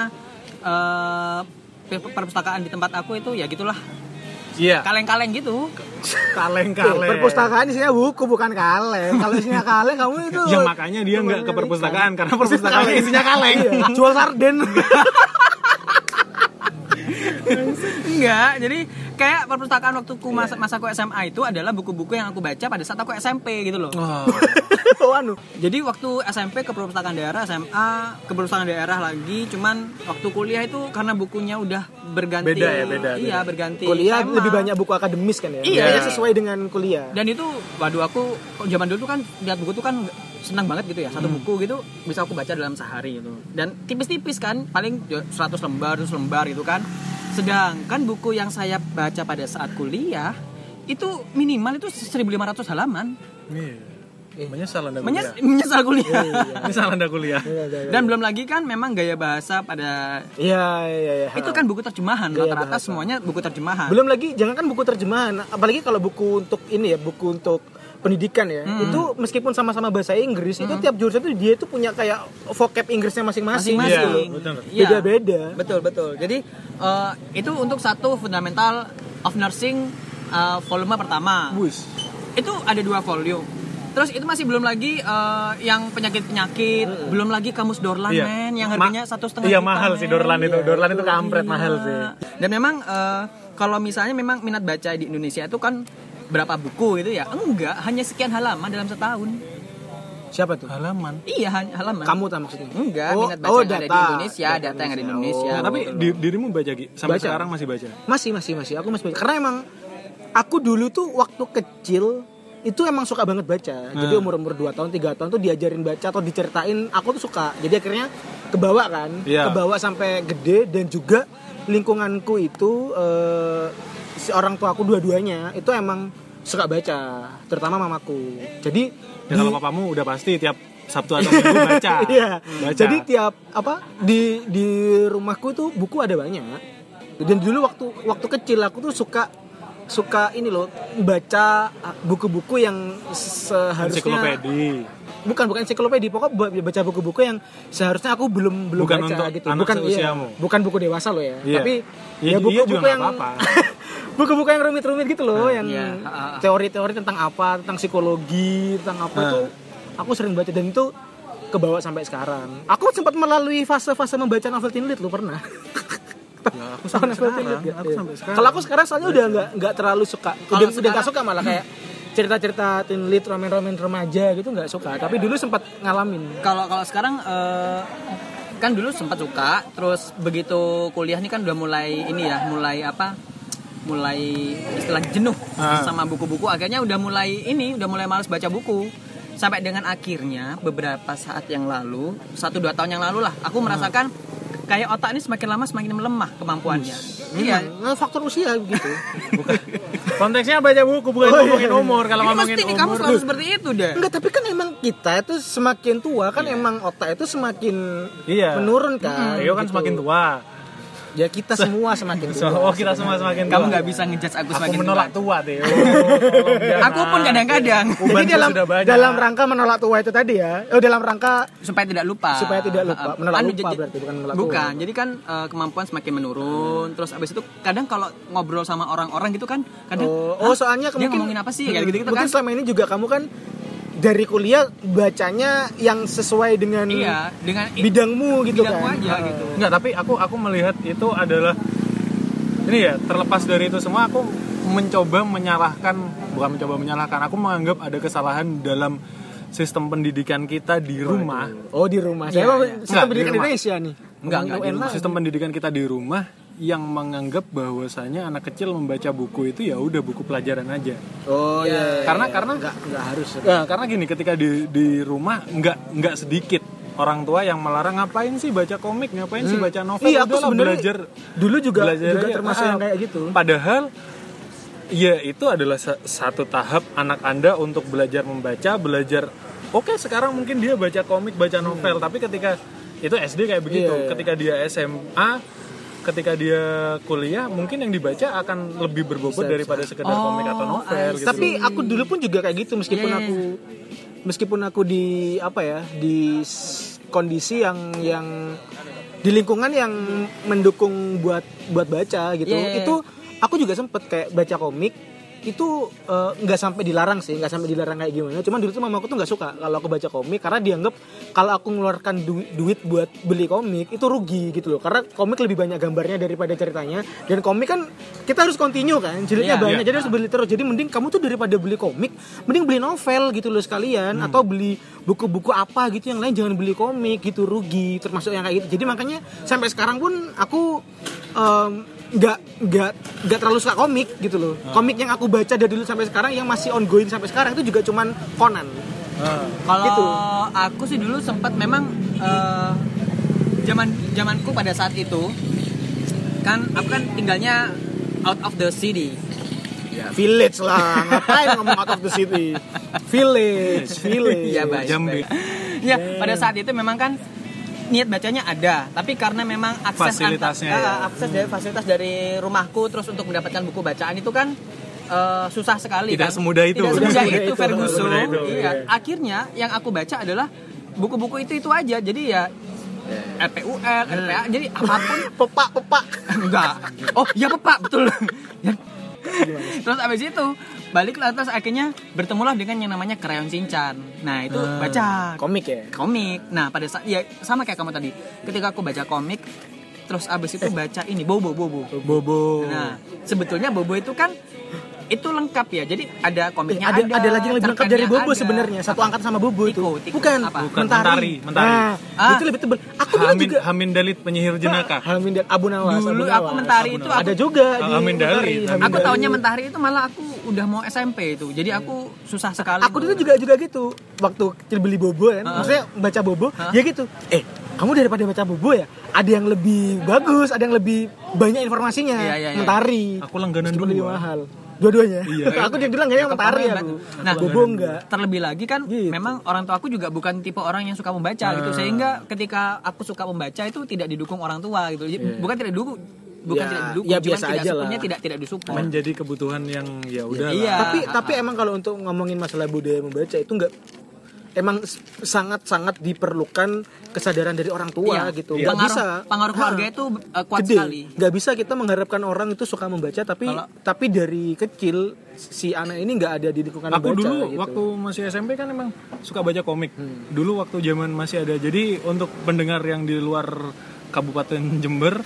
S1: eh, per- perpustakaan di tempat aku itu ya gitulah
S4: iya
S1: kaleng-kaleng gitu.
S4: kaleng
S2: Eh,
S4: kaleng
S2: Perpustakaan isinya buku bukan kaleng. Kalau isinya kaleng kamu itu
S4: ya makanya dia nggak ke perpustakaan karena perpustakaan
S2: Kaleng.
S4: isinya kaleng
S2: Iya. jual sarden.
S1: Enggak, jadi kayak perpustakaan waktu
S2: Iya.
S1: ku masa, masa aku SMA itu adalah buku-buku yang aku baca pada saat aku SMP gitu loh.
S4: Wah,
S2: Oh, anu.
S1: Jadi waktu SMP ke perpustakaan daerah, SMA ke perpustakaan daerah lagi, cuman waktu kuliah itu karena bukunya udah berganti.
S4: Beda ya, beda,
S1: Iya, berganti.
S2: kuliah
S1: tema.
S2: lebih banyak buku akademis kan ya
S1: Iya.
S2: Kayaknya sesuai dengan kuliah
S1: Dan itu waduh aku kok zaman dulu tuh kan lihat buku tuh kan senang banget gitu ya. Satu
S4: Hmm.
S1: buku gitu bisa aku baca dalam sehari gitu. Dan tipis-tipis kan, paling 100 lembar, 200 lembar gitu kan. Sedangkan buku yang saya baca pada saat kuliah itu minimal itu 1500 halaman.
S4: iya. menyesal anda
S1: Menyes-
S4: kuliah
S1: menyesal
S4: Iya,
S1: kuliah.
S4: menyesal anda kuliah
S1: Dan belum lagi kan memang gaya bahasa pada
S2: iya iya iya
S1: itu kan buku terjemahan
S2: Gaya
S1: rata-rata
S2: bahasa.
S1: semuanya buku terjemahan.
S2: belum lagi jangan kan buku terjemahan apalagi kalau buku untuk ini ya buku untuk pendidikan ya itu meskipun sama-sama bahasa Inggris itu tiap jurusan itu dia itu punya kayak vocab Inggrisnya masing-masing
S1: masing-masing.
S2: gitu.
S4: betul.
S1: Iya.
S2: beda-beda
S1: Betul betul. Jadi eh, itu untuk satu fundamental of nursing eh, volume pertama.
S4: Wis.
S1: Itu ada dua volume. Terus itu masih belum lagi eh, yang penyakit penyakit, belum lagi kamus Dorlan
S4: Hmm. Iya.
S1: men yang
S4: Ma-
S1: harganya satu setengah.
S4: Iya
S1: juta,
S4: mahal sih
S1: men.
S4: Dorlan itu. Dorlan itu kampret
S1: Iya.
S4: mahal sih.
S1: Dan memang eh, kalau misalnya memang minat baca di Indonesia itu kan berapa buku gitu ya? Enggak, hanya sekian halaman dalam setahun.
S2: siapa tuh
S4: Halaman.
S1: Iya, hanya halaman.
S2: kamu tak maksudnya
S1: Enggak,
S2: Oh,
S1: minat baca
S2: oh,
S1: yang ada di
S2: data.
S1: Indonesia, data, yang ada di Indonesia.
S2: Oh.
S4: Ya, tapi di- dirimu baca Gi? Sampai
S2: Baca.
S4: sekarang masih baca. Ya,
S2: Masih, masih, masih. Aku masih baca. Karena emang aku dulu tuh waktu kecil itu emang suka banget baca.
S4: Hmm.
S2: Jadi umur-umur 2 tahun, 3 tahun tuh diajarin baca atau diceritain, aku tuh suka. Jadi akhirnya kebawa kan?
S4: Iya.
S2: Kebawa sampai gede dan juga lingkunganku itu eh, si orang tua aku dua-duanya itu emang suka baca, terutama mamaku. Jadi di-
S4: Ya kalau papamu udah pasti tiap Sabtu atau Minggu baca.
S2: Iya.
S4: Baca.
S2: Jadi tiap apa di di rumahku tuh buku ada banyak. Dan dulu waktu waktu kecil aku tuh suka suka ini loh baca ah, buku-buku yang seharusnya
S4: ensiklopedi.
S2: bukan bukan ensiklopedia pokok bu- baca buku-buku yang seharusnya aku belum belum
S4: Bukan
S2: baca
S4: untuk
S2: gitu
S4: anak
S2: bukan iya,
S4: seusiamu.
S2: bukan buku dewasa loh ya
S4: Iya.
S2: tapi
S4: Iya,
S2: ya
S4: iya juga
S2: buku-buku
S4: nggak
S2: yang
S4: apa-apa.
S2: buku-buku yang rumit-rumit gitu loh yang
S1: iya. Ah, ah, ah.
S2: teori-teori tentang apa tentang psikologi tentang apa
S4: Ah.
S2: tuh aku sering baca dan itu kebawa sampai sekarang aku sempat melalui fase-fase membaca novel teen lit lo pernah
S4: Ya, aku sampai
S2: Novel teen
S4: sekarang.
S2: lit nggak?
S4: Aku
S2: Iya.
S4: sampai sekarang.
S2: kalau aku sekarang soalnya udah nggak nggak terlalu suka udah udah nggak
S1: sekarang-
S2: suka malah kayak cerita-cerita teen lit roman-roman remaja gitu nggak suka tapi dulu sempat ngalamin
S1: Kalau kalau sekarang eh, kan dulu sempat suka, terus begitu kuliah nih kan udah mulai ini ya, mulai apa? mulai istilah jenuh sama buku-buku akhirnya udah mulai ini udah mulai males baca buku sampai dengan akhirnya beberapa saat yang lalu satu dua tahun yang lalu lah aku merasakan kayak otak ini semakin lama semakin melemah kemampuannya iya
S2: Nah, faktor usia gitu.
S4: Konteksnya baca buku bukan ngomongin umur. Kalau
S1: ini
S4: ngomongin
S1: mesti nih kamu
S4: umur,
S1: selalu
S4: Duh,
S1: seperti itu deh
S2: Enggak, tapi kan emang kita itu semakin tua kan emang otak itu semakin
S4: Iya.
S2: menurun kan.
S4: Rio kan
S2: gitu.
S4: semakin tua.
S2: Ya kita semua semakin tua.
S4: So, oh kita semua semakin tua.
S1: kamu nggak bisa ngejudge aku
S4: Aku
S1: semakin
S4: menolak
S1: tua.
S4: tua, Teo.
S1: aku pun kadang-kadang
S2: Jadi
S4: Ubanku
S2: dalam
S4: sudah banyak.
S2: dalam rangka menolak tua itu tadi ya. Oh, dalam rangka
S1: supaya tidak lupa
S2: Supaya tidak lupa.
S1: Uh,
S2: Menolak
S1: anu,
S2: lupa
S1: jadi-
S2: berarti, bukan menolak
S1: bukan
S2: tua.
S1: jadi kan uh, kemampuan semakin menurun terus abis itu kadang kalau ngobrol sama orang-orang gitu kan kadang
S2: Oh, oh
S1: "Hah,
S2: soalnya
S1: dia
S2: mungkin
S1: ngomongin apa sih kayak gitu gitu
S2: mungkin
S1: kan
S2: selama ini juga kamu kan dari kuliah bacanya yang sesuai dengan
S1: iya dengan i-
S2: bidangmu gitu
S1: bidangmu
S2: kan.
S1: aja gitu
S4: Enggak, tapi aku aku melihat itu adalah ini ya terlepas dari itu semua aku mencoba menyalahkan bukan mencoba menyalahkan aku menganggap ada kesalahan dalam sistem pendidikan kita di rumah
S2: Oh, di rumah. Saya
S1: Iya,
S2: mah
S1: iya.
S2: sistem
S4: Nggak, di
S2: pendidikan
S4: rumah.
S2: Indonesia nih.
S1: Nggak, nggak, di
S2: Ngomongin
S1: rumah.
S2: UN
S4: sistem pendidikan kita di rumah yang menganggap bahwasanya anak kecil membaca buku itu ya udah buku pelajaran aja
S2: lah. Oh, iya. iya,
S4: Karena-
S2: iya.
S4: karena-
S2: nggak nggak harus.
S4: Nah, karena gini, ketika di di rumah nggak nggak sedikit orang tua yang melarang ngapain sih baca komik, ngapain sih baca novel,
S2: Iya, aku
S4: Udahlah,
S2: sebenarnya
S4: belajar
S2: dulu juga
S4: belajar
S2: juga
S4: aja."
S2: termasuk
S4: Ah,
S2: yang kayak gitu.
S4: Padahal ya itu adalah sa- satu tahap anak Anda untuk belajar membaca, belajar Oke, sekarang mungkin dia baca komik, baca novel, tapi ketika itu SD kayak begitu,
S2: Hmm. Iya, iya.
S4: ketika dia SMA ketika dia kuliah mungkin yang dibaca akan lebih berbobot daripada sekedar komik atau novel
S2: Oh,
S4: gitu.
S2: Tapi aku dulu pun juga kayak gitu meskipun
S1: Iya, iya,
S2: aku meskipun aku di apa ya di s- kondisi yang yang di lingkungan yang mendukung buat buat baca gitu.
S1: Iya, iya, iya.
S2: Itu aku juga sempet kayak baca komik itu eh, nggak sampai dilarang sih nggak sampai dilarang kayak gimana cuman dulu tuh mamaku tuh nggak suka kalau aku baca komik karena dianggap kalau aku ngeluarkan du- duit buat beli komik itu rugi gitu loh karena komik lebih banyak gambarnya daripada ceritanya dan komik kan kita harus continue kan jilidnya
S1: Iya,
S2: banyak
S4: iya.
S2: jadi harus beli terus jadi mending kamu tuh daripada beli komik mending beli novel gitu loh sekalian atau beli buku-buku apa gitu yang lain jangan beli komik gitu rugi termasuk yang kayak gitu jadi makanya sampai sekarang pun aku em, nggak nggak nggak terlalu suka komik gitu loh komik yang aku baca dari dulu sampai sekarang yang masih ongoing sampai sekarang itu juga cuman Conan
S1: kalau
S2: Gitu.
S1: aku sih dulu sempat memang eh, zaman zamanku pada saat itu kan aku kan tinggalnya out of the city
S2: village lah ngapain ngomong out of the city village village
S1: Iya, baik. baik.
S4: Jambi. Iya.
S1: ya, pada saat itu memang kan niat bacanya ada, tapi karena memang akses
S4: Fasilitasnya
S1: antar-
S4: ya.
S1: eh, akses dari fasilitas dari rumahku terus untuk mendapatkan buku bacaan itu kan eh, susah sekali kan.
S4: Tidak semudah itu.
S1: Tidak semudah
S2: Tidak
S1: itu
S2: semudah
S1: Ferguson.
S4: Semudah itu,
S1: Iya.
S4: iya.
S1: Akhirnya yang aku baca adalah buku-buku itu itu aja. Jadi ya RPUL, RPA, E jadi apapun
S2: pepak pepak
S1: enggak oh iya pak betul Ya. terus abis itu baliklah terus akhirnya bertemulah dengan yang namanya krayon Shinchan nah itu
S2: Ah.
S1: baca
S2: komik ya
S1: komik nah pada saat ya sama kayak kamu tadi ketika aku baca komik terus abis itu baca ini bobo bobo
S4: Bobo.
S1: nah sebetulnya bobo itu kan itu lengkap ya jadi ada
S2: Eh,
S1: komiknya
S2: ada, ada, lagi yang lebih lengkap dari
S1: cerpennya
S2: Bobo
S1: ada.
S2: sebenarnya. Satu angkat sama Bobo itu.
S1: Tiko, Tiko,
S2: Bukan,
S1: apa?
S4: Bukan,
S2: mentari.
S4: Mentari, Mentari.
S2: Nah,
S1: Ah.
S2: itu lebih tebel. Aku dulu
S4: Hamin,
S2: juga
S4: Hamin Dalit penyihir jenaka.
S2: Hamin dan Abu Nawas.
S1: Dulu
S2: Abu
S1: aku
S2: Nawas.
S1: Mentari
S2: Abu
S1: itu
S2: Nawas.
S1: aku-
S2: ada juga di
S4: Ah, Hamin Dali,
S2: Mentari,
S4: Hamin
S2: Hamin
S1: aku
S2: Dali.
S1: taunya mentahari itu malah aku udah mau SMP itu jadi aku susah sekali
S2: Aku dulu juga juga gitu. Waktu kecil beli Bobo
S1: Ah.
S2: kan, maksudnya baca Bobo, ya gitu. Eh, kamu daripada baca Bobo ya, ada yang lebih bagus, ada yang lebih banyak informasinya.
S1: Iya, iya, iya.
S2: Mentari.
S4: Aku langganan
S2: Meskipun
S4: dua.
S2: lebih mahal. Dua-duanya.
S4: Iya.
S2: Nah, aku dia bilang kayaknya ya, Mentari
S1: Pertama
S2: aku. Gitu.
S1: yang baca. Nah,
S2: Bobo enggak.
S1: terlebih lagi kan memang orang tua aku juga bukan tipe orang yang suka membaca gitu
S2: Nah.
S1: sehingga ketika aku suka membaca itu tidak didukung orang tua gitu Jadi, bukan tidak didukung bukan
S2: Iya. Ya,
S1: tidak didukung
S2: ya
S1: cuman
S2: biasa
S1: tidak
S2: aja lah.
S1: sepenuhnya tidak tidak disupport
S4: Menjadi kebutuhan yang ya udah. lah.
S1: iya
S2: tapi tapi emang kalau untuk ngomongin masalah budaya membaca itu nggak emang s- sangat-sangat diperlukan kesadaran dari orang tua
S1: Iya.
S2: gitu
S1: Iya.
S2: nggak
S1: Pengaruh-
S2: bisa
S1: pengaruh keluarga
S2: Ha,
S1: itu, eh, kuat
S2: gede.
S1: sekali.
S2: nggak bisa kita mengharapkan orang itu suka membaca tapi
S1: Kalau-
S2: tapi dari kecil si anak ini nggak ada di lingkungan
S4: Aku
S2: membaca
S4: dulu
S2: gitu. Hmm.
S4: waktu masih SMP kan emang suka baca komik. Dulu waktu zaman masih ada. Jadi untuk pendengar yang di luar Kabupaten Jember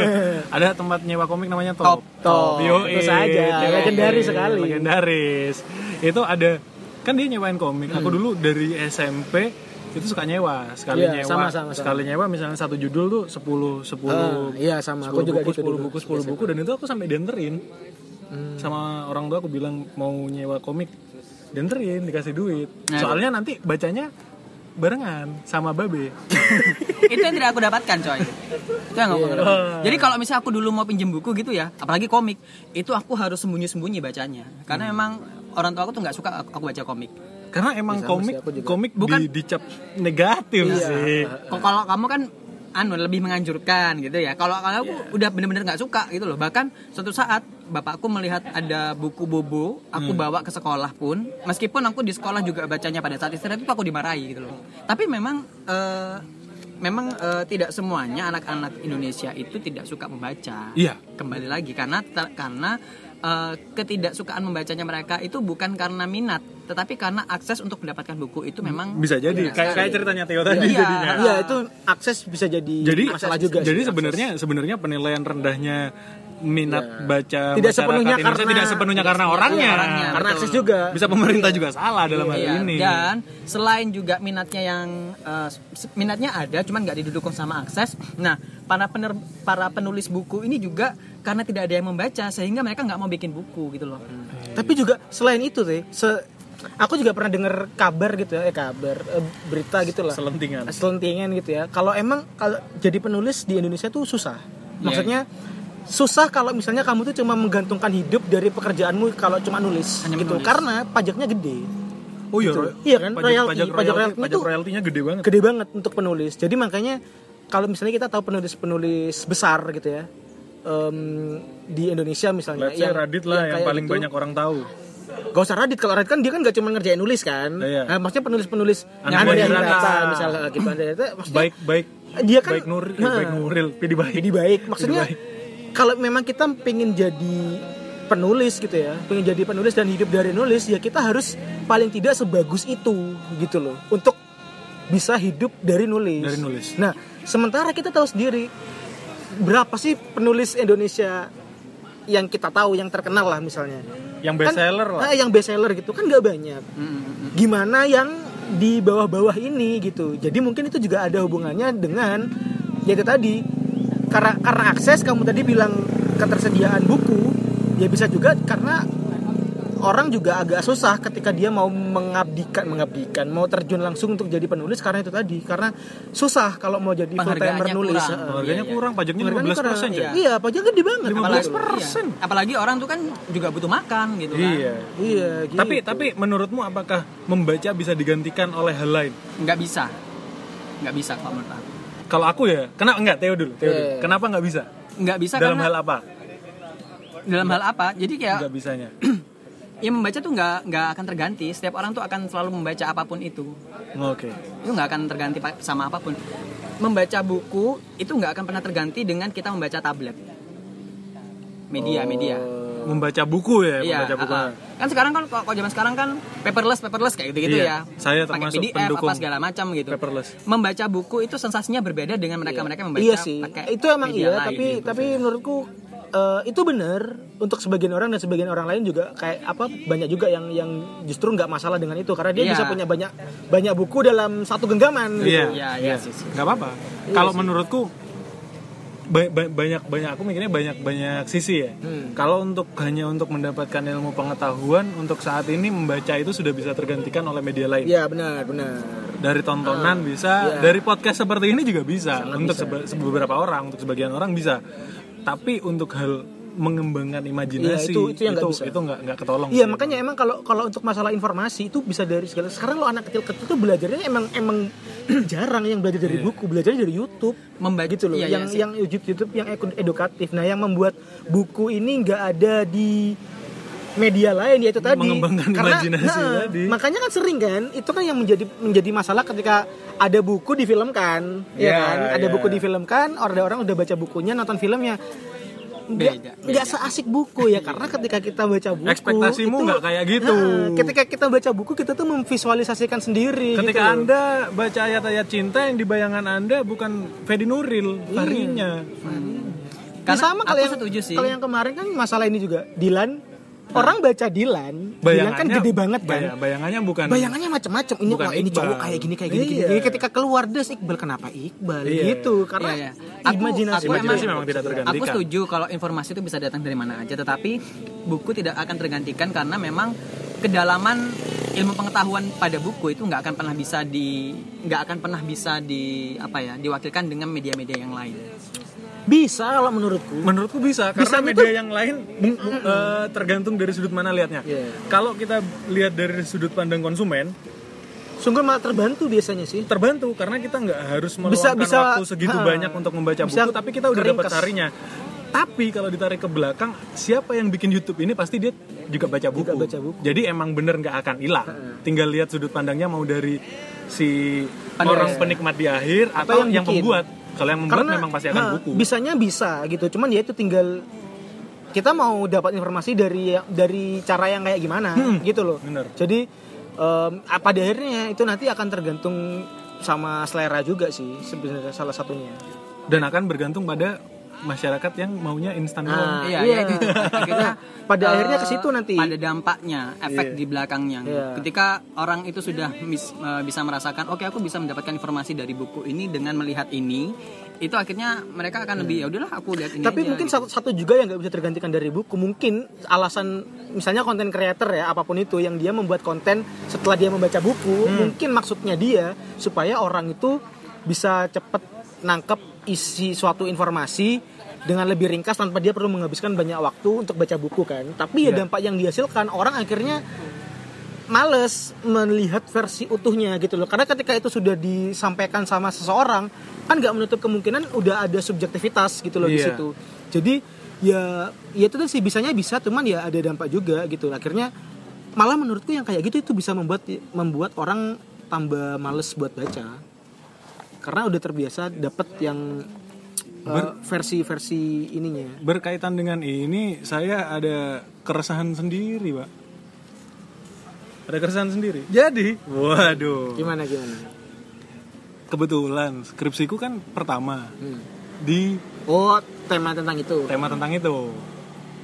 S4: ada tempat nyewa komik namanya Top.
S2: Top. Tentu
S4: Yoi.
S2: saja.
S4: Yoi.
S2: Legendaris sekali.
S4: Legendaris. Itu ada kan dia nyewain komik. Aku
S2: Hmm.
S4: dulu dari SMP itu suka nyewa sekali
S2: Iya,
S4: nyewa
S2: sama, sama, sama.
S4: sekali nyewa misalnya satu judul tuh 10 10
S2: Ah, iya, sama. Aku
S4: 10
S2: juga
S4: buku,
S2: gitu
S4: 10
S2: dulu. Hmm.
S4: buku 10 buku dan itu aku sampai dianterin sama orang tua aku bilang mau nyewa komik denterin dikasih duit
S1: Nah.
S4: soalnya nanti bacanya barengan sama babe
S1: itu yang tidak aku dapatkan coy itu yang aku
S2: Iya.
S1: dapatkan. jadi kalau misalnya aku dulu mau pinjem buku gitu ya apalagi komik itu aku harus sembunyi sembunyi bacanya
S2: Hmm.
S1: karena memang orang tua aku tuh nggak suka aku, aku baca komik
S4: karena emang komik komik
S1: Bukan-
S4: di, dicap negatif
S2: Iya.
S4: sih
S1: Kok kalau kamu kan anu lebih menganjurkan gitu ya kalau kalau
S4: Iya.
S1: aku udah bener-bener nggak suka gitu loh bahkan suatu saat bapakku melihat ada buku bobo aku
S4: Hmm.
S1: bawa ke sekolah pun meskipun aku di sekolah juga bacanya pada saat istirahat itu aku dimarahi gitu loh tapi memang eh, memang eh, tidak semuanya anak-anak Indonesia itu tidak suka membaca
S4: Iya.
S1: kembali lagi karena ter- karena eh, ketidaksukaan membacanya mereka itu bukan karena minat tetapi karena akses untuk mendapatkan buku itu memang
S4: bisa jadi kayak kayak ceritanya Theo tadi
S1: Iya.
S4: jadinya
S2: Iya itu akses bisa jadi,
S4: jadi
S2: masalah juga.
S4: jadi
S2: sih,
S4: sebenarnya sebenarnya penilaian rendahnya minat
S2: Iya.
S4: baca
S2: Tidak
S4: masyarakat
S2: sepenuhnya
S4: Indonesia
S2: karena-
S4: tidak sepenuhnya karena orangnya,
S1: orangnya.
S2: akses. karena
S1: betul.
S2: akses juga. Ya,
S4: bisa pemerintah juga salah dalam hal
S1: Iya,
S4: ini
S1: Dan selain juga minatnya yang eh, se- minatnya ada, cuman nggak didukung sama akses. Nah, para pener, para penulis buku ini juga karena tidak ada yang membaca, sehingga mereka nggak mau bikin buku gitu loh.
S2: Tapi juga selain itu sih, se- aku juga pernah dengar kabar gitu ya, eh kabar eh, berita gitu lah.
S4: selentingan
S2: selentingan gitu ya. Kalau emang kalau jadi penulis di Indonesia tuh susah.
S4: Iya.
S2: Maksudnya susah kalau misalnya kamu tuh cuma menggantungkan hidup dari pekerjaanmu kalau cuma nulis
S1: Hanya
S2: gitu.
S1: menulis.
S2: Karena pajaknya gede.
S4: oh iya
S2: Gitu.
S4: Roy.
S2: Iya kan,
S4: pajak
S2: royalti-
S4: pajak
S2: pajak
S4: royalti
S2: royalti
S4: pajak
S2: itu-
S4: royaltinya gede banget
S2: Gede banget untuk penulis. Jadi makanya kalau misalnya kita tahu penulis-penulis besar gitu ya. em, di Indonesia misalnya
S4: Let's say Radit lah yang,
S2: iya. kayak
S4: paling
S2: gitu.
S4: banyak orang tahu.
S2: Gak usah Radit kalau Radit kan dia kan gak cuma ngerjain nulis kan.
S4: Iya.
S2: Nah, maksudnya penulis-penulis
S4: Andrea
S2: Andrea
S4: Hirata.
S2: Hirata, misalnya gitu Andrea Hirata, maksudnya
S4: Baik baik
S2: dia kan
S4: baik Nuril,
S2: Nah.
S4: baik Nuril, pidi baik.
S2: jadi baik maksudnya
S4: Jadi baik.
S2: kalau memang kita pengen jadi penulis gitu ya pengen jadi penulis dan hidup dari nulis ya kita harus paling tidak sebagus itu gitu loh untuk bisa hidup dari nulis
S4: Dari nulis.
S2: nah sementara kita tahu sendiri berapa sih penulis Indonesia yang kita tahu yang terkenal lah misalnya
S4: yang
S2: Kan-
S4: bestseller lah. Mm,
S2: Ah, yang bestseller gitu kan nggak banyak gimana yang di bawah-bawah ini gitu. Jadi mungkin itu juga ada hubungannya dengan yaitu tadi karena karena akses kamu tadi bilang ketersediaan buku ya bisa juga karena orang juga agak susah ketika dia mau mengabdikan mengabdikan mau terjun langsung untuk jadi penulis karena itu tadi karena susah kalau mau jadi full timer
S1: Penghargaannya
S2: nulis.
S1: kurang.
S2: Heeh.
S4: Harganya
S1: Iya, iya.
S4: kurang, pajaknya
S2: Penghargaannya
S4: 15 ya? persen
S2: kurang. Iya, pajaknya gede banget.
S1: Apalagi,
S4: 15%.
S1: iya. apalagi orang tuh kan juga butuh makan gitu kan.
S4: Iya.
S2: Iya, gitu.
S4: Tapi tapi menurutmu apakah membaca bisa digantikan oleh hal lain?
S1: Nggak bisa, nggak bisa kalau menurut aku.
S4: Kalau aku ya, kenapa enggak Theo dulu, Theo
S2: Iya.
S4: dulu. Kenapa nggak bisa?
S1: Nggak bisa
S4: dalam
S1: karena
S4: hal apa?
S2: ya.
S1: dalam hal apa? Jadi kayak
S4: Enggak bisanya.
S1: ya membaca tuh nggak nggak akan terganti. Setiap orang tuh akan selalu membaca apapun itu.
S4: Oke.
S1: itu nggak akan terganti pa- sama apapun membaca buku itu nggak akan pernah terganti dengan kita membaca tablet media media
S4: Membaca buku
S1: Iya,
S4: ya, Oh, membaca buku.
S1: ah, ah. kan sekarang kan kalau kalau zaman sekarang kan paperless paperless kayak gitu gitu
S4: Iya,
S1: ya
S4: saya
S1: Pakai
S4: termasuk
S1: PDF,
S4: pendukung
S1: apa segala macam gitu
S4: paperless.
S1: membaca buku itu sensasinya berbeda dengan mereka mereka membaca
S2: iya sih
S1: pakai
S2: itu emang
S1: media
S2: iya
S1: lain
S2: tapi
S1: gitu.
S2: tapi menurutku eh, itu benar untuk sebagian orang dan sebagian orang lain juga kayak apa banyak juga yang yang justru nggak masalah dengan itu karena dia
S1: Iya.
S2: bisa punya banyak banyak buku dalam satu genggaman gitu.
S4: Iya,
S1: Iya, iya sih, sih.
S4: Nggak apa-apa.
S2: Iya
S4: Kalau menurutku ba- ba- banyak banyak aku mikirnya banyak banyak sisi ya.
S2: Hmm.
S4: Kalau untuk hanya untuk mendapatkan ilmu pengetahuan untuk saat ini membaca itu sudah bisa tergantikan oleh media lain.
S2: Iya Ah. benar benar.
S4: Dari tontonan bisa, dari podcast seperti ini juga bisa. untuk sebe- beberapa orang, untuk sebagian orang bisa. Tapi untuk hal mengembangkan
S2: Iya,
S4: imajinasi
S2: itu- itu yang nggak bisa.
S4: itu nggak nggak ketolong.
S2: Iya
S1: gitu.
S4: sih.
S2: makanya emang kalau kalau untuk masalah informasi itu bisa dari segala. Sekarang lo anak kecil kecil tuh belajarnya emang emang jarang yang belajar dari buku, belajarnya dari YouTube.
S1: Iya. membaca
S2: gitu loh
S1: iya,
S2: yang
S1: iya sih.
S2: yang YouTube YouTube yang edu- edukatif nah yang membuat buku ini nggak ada di media lain yaitu tadi
S4: Mengembangkan imajinasi tadi.
S2: makanya kan sering kan itu kan yang menjadi menjadi masalah ketika ada buku difilmkan
S4: Iya,
S2: ya kan ada
S4: iya.
S2: buku difilmkan orang orang udah baca bukunya nonton filmnya
S1: Beda,
S2: nggak
S1: beda.
S2: nggak seasik buku ya karena ketika kita baca buku
S4: Ekspektasimu
S2: itu-
S4: nggak kayak gitu.
S2: Nah, ketika kita baca buku kita tuh memvisualisasikan sendiri
S4: Ketika
S2: gitu loh.
S4: Anda baca ayat-ayat cinta yang di bayangan Anda bukan Fedi Nuril, Farinya.
S2: Ya
S1: Karena
S2: sama kalau
S1: aku
S2: yang
S1: setuju sih
S4: Nah.
S2: kalau yang kemarin kan masalah ini juga Dilan Orang baca Dilan, Dilan kan gede banget kan.
S4: baya- bayangannya bukan
S2: Bayangannya macam-macam. Ini
S4: Bukan
S2: wah, ini
S4: Iqbal.
S2: cowok kayak gini kayak gini, gini,
S4: Iya.
S2: gini. Ketika keluar des Iqbal kenapa Iqbal
S4: Iya.
S2: gitu karena
S5: Iya, iya. Aku-
S2: imajinasi gitu.
S5: aku
S4: imajinasi
S5: emang-
S4: memang tidak tergantikan.
S5: Aku setuju kalau informasi itu bisa datang dari mana aja, tetapi buku tidak akan tergantikan karena memang kedalaman ilmu pengetahuan pada buku itu nggak akan pernah bisa di nggak akan pernah bisa di apa ya diwakilkan dengan media-media yang lain.
S2: bisa kalau menurutku.
S4: Menurutku bisa karena
S2: Bisa gitu.
S4: media yang lain mung- mung- eh, tergantung dari sudut mana lihatnya.
S2: Iya.
S4: Kalau kita lihat dari sudut pandang konsumen
S2: Sungguh malah terbantu biasanya sih.
S4: terbantu karena kita nggak harus
S2: Bisa-
S4: meluangkan
S2: bisa-
S4: waktu segitu
S2: ha,
S4: banyak untuk membaca
S2: bisa
S4: buku, tapi kita udah dapat
S2: keringkes.
S4: sarinya. Tapi kalau ditarik ke belakang, siapa yang bikin YouTube ini pasti dia juga baca buku.
S2: baca buku.
S4: Jadi emang bener nggak akan hilang. Tinggal lihat sudut pandangnya mau dari si orang penikmat di akhir atau
S2: yang
S4: yang,
S2: bikin. Nah,
S4: pembuat. Kalau yang membuat memang pasti akan
S2: ha,
S4: buku.
S2: bisanya bisa gitu cuman ya itu tinggal kita mau dapat informasi dari dari cara yang kayak gimana
S4: Hmm,
S2: gitu loh
S4: bener.
S2: jadi em, apa pada akhirnya itu nanti akan tergantung sama selera juga sih sebenarnya salah satunya
S4: Dan akan bergantung pada masyarakat yang maunya instan doang.
S2: Ah,
S5: iya,
S2: iya.
S5: iya. itu. Akhirnya,
S2: Pada
S5: eh,
S2: akhirnya ke situ nanti.
S5: Pada dampaknya, efek di belakangnya.
S2: Iya.
S5: Ketika orang itu sudah mis- eh, bisa merasakan, oke aku bisa mendapatkan informasi dari buku ini dengan melihat ini, itu akhirnya mereka akan lebih ya udahlah aku lihat ini.
S2: Iya. tapi
S5: aja,"
S2: mungkin
S5: gitu.
S2: satu satu juga yang nggak bisa tergantikan dari buku mungkin alasan misalnya konten creator ya apapun itu yang dia membuat konten setelah dia membaca buku
S5: Hmm.
S2: mungkin maksudnya dia supaya orang itu bisa cepet nangkep isi suatu informasi dengan lebih ringkas tanpa dia perlu menghabiskan banyak waktu untuk baca buku kan tapi ya
S5: Iya.
S2: dampak yang dihasilkan orang akhirnya males melihat versi utuhnya gitu loh karena ketika itu sudah disampaikan sama seseorang kan nggak menutup kemungkinan udah ada subjektivitas gitu loh di
S4: Iya.
S2: situ jadi ya ya itu tuh sih bisanya bisa cuman ya ada dampak juga gitu akhirnya malah menurutku yang kayak gitu itu bisa membuat membuat orang tambah males buat baca karena udah terbiasa dapet yang eh, versi-versi ininya
S4: Berkaitan dengan ini, saya ada keresahan sendiri, Pak. Ada keresahan sendiri. Jadi, waduh.
S2: gimana gimana
S4: kebetulan skripsiku kan pertama di
S2: Hmm. oh tema tentang itu
S4: tema tentang itu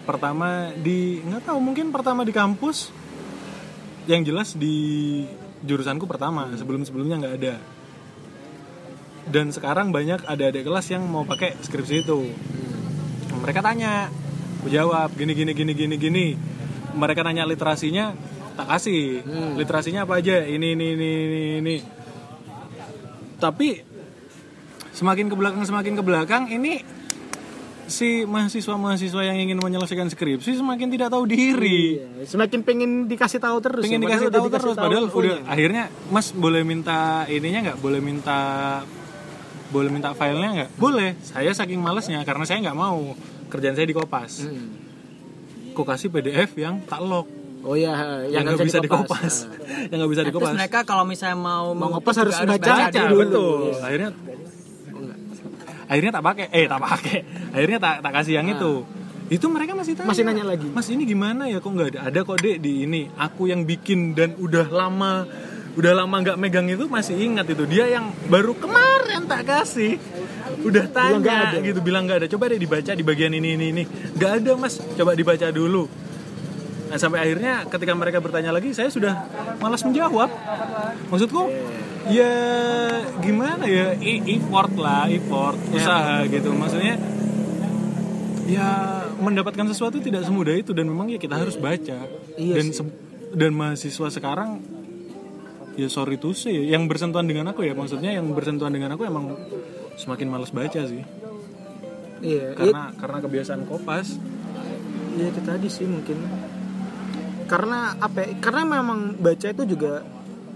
S4: pertama di nggak tahu mungkin pertama di kampus yang jelas di jurusanku pertama sebelum sebelumnya nggak ada dan sekarang banyak ada adik kelas yang mau pakai skripsi itu mereka tanya aku jawab gini gini gini gini gini mereka nanya literasinya tak kasih
S2: Hmm.
S4: literasinya apa aja ini ini ini ini, ini. tapi semakin ke belakang semakin ke belakang ini si mahasiswa-mahasiswa yang ingin menyelesaikan skripsi semakin tidak tahu diri.
S2: Iya, semakin pengen dikasih tahu terus.
S4: Pengen
S2: ya,
S4: dikasih
S2: padahal
S4: tahu
S2: udah
S4: terus
S2: dikasih iya.
S4: padahal udah
S2: infonya.
S4: akhirnya Mas boleh minta ininya nggak? Boleh minta boleh minta filenya nggak? Boleh. Saya saking malesnya karena saya nggak mau kerjaan saya di
S2: Hmm.
S4: Kopas. Kok kasih PDF yang tak lock,
S2: Oh ya,
S4: yang nggak bisa dikopas, yang nggak bisa
S5: Nah, terus
S4: dikopas.
S5: mereka kalau misalnya mau
S2: Mau
S5: mengutuk
S2: ngopas
S5: juga
S2: harus baca,
S4: Baca,
S2: dulu.
S4: betul.
S2: Iya.
S4: Akhirnya akhirnya tak pakai, eh tak pakai. Akhirnya tak tak kasih yang itu. Itu mereka masih tanya.
S2: Ah. Masih nanya lagi.
S4: Mas ini gimana ya kok nggak ada? Ada kok dek di ini. Aku yang bikin dan udah lama, udah lama nggak megang itu masih ingat itu. Dia yang baru kemarin tak kasih. Udah
S2: nggak
S4: tanya
S2: ada.
S4: gitu bilang nggak ada. Coba deh dibaca di bagian ini ini ini. Nggak ada mas. Coba dibaca dulu. Nah, sampai akhirnya ketika mereka bertanya lagi, saya sudah malas menjawab. Maksudku, ya gimana ya, E- effort lah, effort, usaha gitu. Maksudnya, ya mendapatkan sesuatu tidak semudah itu dan memang ya kita harus baca.
S2: Iya
S4: dan se- dan mahasiswa sekarang ya sorry tuh sih yang bersentuhan dengan aku ya maksudnya yang bersentuhan dengan aku emang semakin malas baca sih
S2: Iya, iya,
S4: karena karena kebiasaan kopas
S2: iya, itu tadi sih mungkin. Karena apa? ya, Karena memang baca itu juga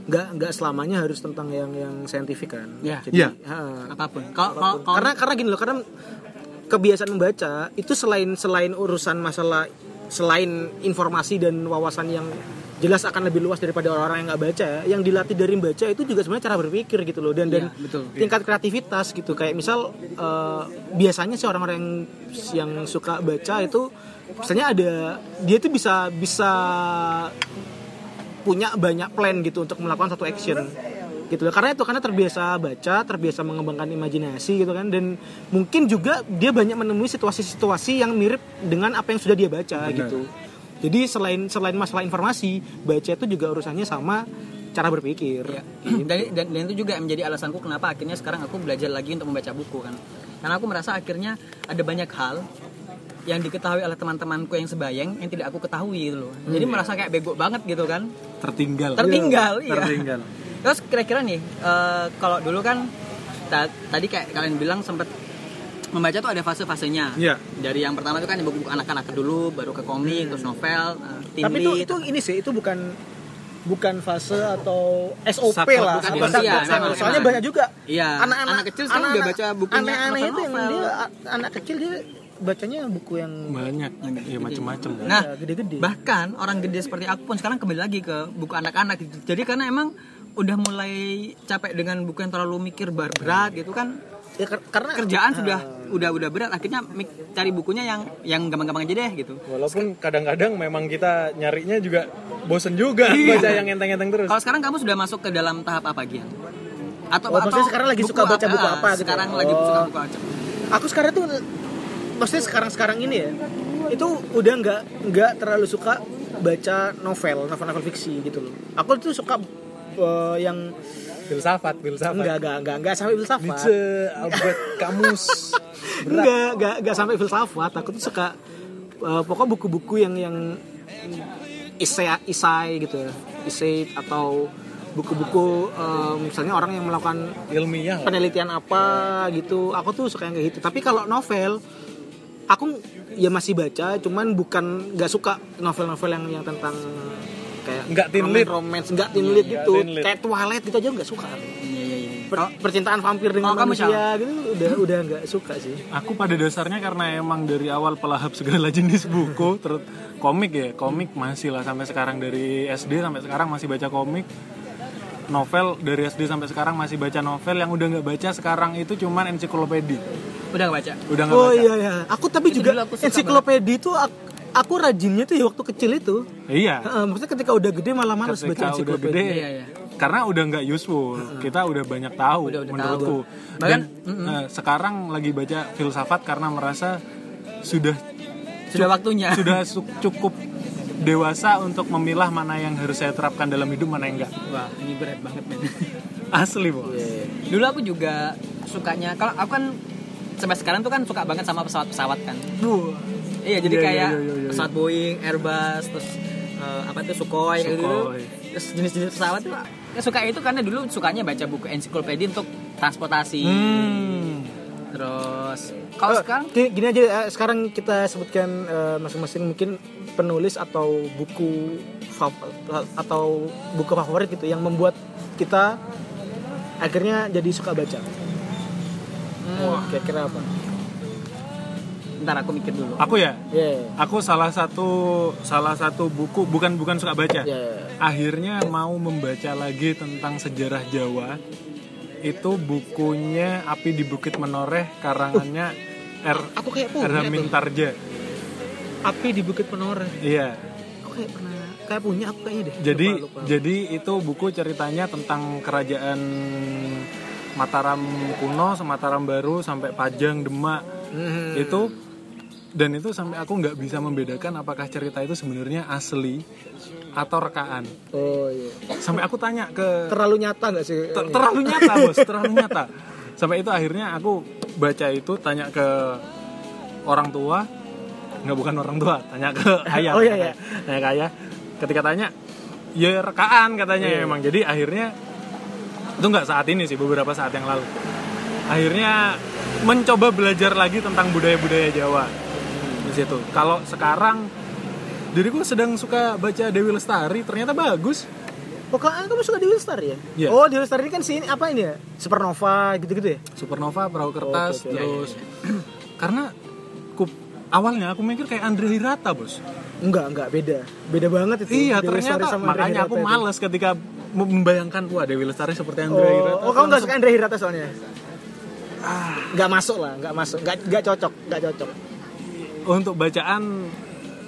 S2: nggak nggak selamanya harus tentang yang yang saintifik kan.
S5: Iya.
S2: Jadi,
S4: Iya.
S2: ha.
S5: apapun. Kalau kalau- kalau-
S2: karena karena gini loh karena kebiasaan membaca itu selain selain urusan masalah selain informasi dan wawasan yang jelas akan lebih luas daripada orang-orang yang nggak baca ya, yang dilatih dari membaca itu juga sebenarnya cara berpikir gitu loh dan dan
S5: Iya, betul.
S2: tingkat kreativitas gitu kayak misal eh, biasanya sih orang-orang yang yang suka baca itu misalnya ada dia tuh bisa bisa punya banyak plan gitu untuk melakukan satu action gitu loh karena itu karena terbiasa baca terbiasa mengembangkan imajinasi gitu kan dan mungkin juga dia banyak menemui situasi-situasi yang mirip dengan apa yang sudah dia baca gitu Jadi selain selain masalah informasi, baca itu juga urusannya sama cara berpikir.
S1: Iya. dan, dan, dan itu juga yang menjadi alasanku kenapa akhirnya sekarang aku belajar lagi untuk membaca buku kan. Karena aku merasa akhirnya ada banyak hal yang diketahui oleh teman-temanku yang sebayang yang tidak aku ketahui gitu loh. Jadi merasa kayak bego banget gitu kan.
S4: tertinggal
S1: Tertinggal, iya.
S4: tertinggal
S1: Terus kira-kira nih, eh, kalau dulu kan ta- tadi kayak kalian bilang sempat membaca tuh ada fase-fasenya.
S4: Iya.
S1: Dari yang pertama itu kan buku-buku anak-anak dulu, baru ke komik, terus novel, eh, teen
S2: Iya. Tapi itu
S1: lead,
S2: itu ini sih itu bukan bukan fase atau SOP
S4: Saklek,
S2: lah.
S1: bukan,
S2: atau
S1: bukan,
S2: saklek,
S1: iya,
S2: saklek.
S1: memang,
S2: Soalnya
S1: memang.
S2: banyak juga.
S1: Iya, anak kecil sekarang udah baca bukunya
S2: Aneh-aneh
S1: novel-novel.
S2: itu emang dia a- anak kecil dia bacanya buku yang
S4: banyak ya macam-macam
S1: Nah,
S2: Iya, gede-gede.
S1: bahkan orang gede seperti aku pun sekarang kembali lagi ke buku anak-anak. gitu. Jadi karena emang udah mulai capek dengan buku yang terlalu mikir bar- berat gitu kan.
S2: ya, kar- karena
S1: Kerjaan sudah
S2: Ah.
S1: udah udah berat, akhirnya mik- cari bukunya yang yang gampang-gampang aja deh gitu.
S4: walaupun kadang-kadang memang kita nyarinya juga bosen juga baca yang enteng-enteng terus
S2: Iya.
S1: Kalau sekarang kamu sudah masuk ke dalam tahap apa Gian? Atau,
S2: Oh, maksudnya
S1: atau
S2: sekarang lagi
S1: buku
S2: suka baca buku
S1: ah,
S2: apa gitu?
S1: Sekarang lagi
S2: Oh.
S1: suka buku apa?
S2: aku sekarang tuh maksudnya sekarang-sekarang ini ya itu udah nggak nggak terlalu suka baca novel novel-novel fiksi gitu loh aku tuh suka eh, yang
S4: filsafat filsafat
S2: enggak enggak enggak enggak sampai filsafat
S4: Nietzsche Albert Camus
S2: enggak enggak enggak sampai filsafat aku tuh suka eh, pokoknya buku-buku yang yang isai isai gitu ya isai atau buku-buku eh, misalnya orang yang melakukan
S4: ilmiah lah.
S2: penelitian apa gitu aku tuh suka yang kayak gitu tapi kalau novel aku ya masih baca cuman bukan nggak suka novel-novel yang yang tentang kayak
S4: Nggak teen lead. Iya,
S2: romance nggak teen lead gitu
S4: teen lead.
S2: kayak Twilight gitu aja nggak suka
S1: Iya, iya, iya.
S2: Per- percintaan vampir dengan
S1: kalau kamu,
S2: manusia gitu udah udah nggak suka sih
S4: aku pada dasarnya karena emang dari awal pelahap segala jenis buku terus komik ya komik masih lah sampai sekarang dari SD sampai sekarang masih baca komik novel dari SD sampai sekarang masih baca novel yang udah nggak baca sekarang itu cuman ensiklopedia
S1: Udah nggak baca.
S4: udah nggak
S2: oh
S4: baca
S2: iya iya aku tapi
S1: Itu
S2: juga
S1: dulu aku suka
S2: ensiklopedia itu aku, aku rajinnya tuh ya waktu kecil itu
S4: iya
S2: Heeh, maksudnya ketika udah gede malah males baca
S4: ketika udah gede
S2: ensiklopedia
S1: Iya, iya.
S4: karena udah nggak useful kita udah banyak tahu
S1: Udah- udah
S4: menurutku
S1: tahu.
S4: dan
S1: Bahkan,
S4: eh, sekarang lagi baca filsafat karena merasa sudah
S1: Sudah waktunya.
S4: sudah su- cukup dewasa untuk memilah mana yang harus saya terapkan dalam hidup mana yang enggak
S1: Wah, ini berat banget men.
S4: asli bos
S1: Iya, Dulu aku juga sukanya kalau aku kan sampai sekarang tuh kan suka banget sama pesawat-pesawat kan.
S4: Duh.
S1: Iya, jadi
S4: Iya, iya,
S1: kayak
S4: iya, iya, iya.
S1: pesawat Boeing, Airbus, terus eh, apa itu Sukhoi, kayak gitu.
S4: Sukhoi.
S1: Terus jenis-jenis pesawat tuh ya, suka itu karena dulu sukanya baca buku ensiklopedia untuk transportasi. Terus kalau
S2: Hmm. Eh,
S1: sekarang
S2: gini, gini aja eh, sekarang kita sebutkan eh, masing-masing mungkin penulis atau buku fav- atau buku favorit gitu yang membuat kita akhirnya jadi suka baca. Hmm. Wah, kira-kira apa?
S1: ntar aku mikir dulu.
S4: aku ya
S2: Ya,
S4: aku salah satu salah satu buku bukan bukan suka
S1: Iya.
S4: baca
S2: ya,
S4: akhirnya mau membaca lagi tentang sejarah Jawa itu bukunya Api di Bukit Menoreh karangannya
S1: Uh,
S4: R
S2: Aku kayak
S4: R
S2: punya Iya, tuh.
S4: Mintarja
S2: Api di Bukit Penoreh.
S4: iya
S2: Aku kayak pernah kayak punya aku kayaknya deh.
S4: jadi
S2: Lupa, lupa.
S4: jadi itu buku ceritanya tentang kerajaan Mataram kuno, Mataram baru sampai Pajang, Demak
S2: Hmm.
S4: itu dan itu sampai aku nggak bisa membedakan apakah cerita itu sebenarnya asli atau rekaan
S2: Oh iya.
S4: sampai aku tanya ke
S2: Terlalu nyata nggak sih?
S4: Ter- terlalu nyata bos terlalu nyata sampai itu akhirnya aku baca itu tanya ke orang tua nggak bukan orang tua tanya ke ayah
S2: Oh, iya, iya.
S4: tanya ke ayah ketika tanya ya rekaan katanya
S2: Iya.
S4: emang jadi akhirnya itu nggak saat ini sih beberapa saat yang lalu akhirnya mencoba belajar lagi tentang budaya-budaya Jawa di situ kalau sekarang diriku sedang suka baca Dewi Lestari ternyata bagus
S2: Oh, kamu kamu suka Dewi Lestari ya?
S4: Iya.
S2: Oh, Dewi Lestari ini kan si ini apa ini ya? Supernova gitu-gitu ya?
S4: Supernova, perahu kertas,
S2: Oke, oke.
S4: terus karena ku, awalnya aku mikir kayak Andre Hirata bos.
S2: Enggak, enggak beda. Beda banget itu.
S4: iya
S2: Dewi Lestari
S4: ternyata
S2: sama Andre
S4: makanya
S2: Hirata
S4: aku
S2: itu.
S4: males ketika mem- membayangkan wah Dewi Lestari
S2: Oh,
S4: seperti Andre Hirata.
S2: oh, kamu enggak
S4: Langsung-
S2: suka Andre Hirata soalnya? Enggak masuk lah, enggak masuk. Enggak enggak cocok, enggak cocok.
S4: Untuk bacaan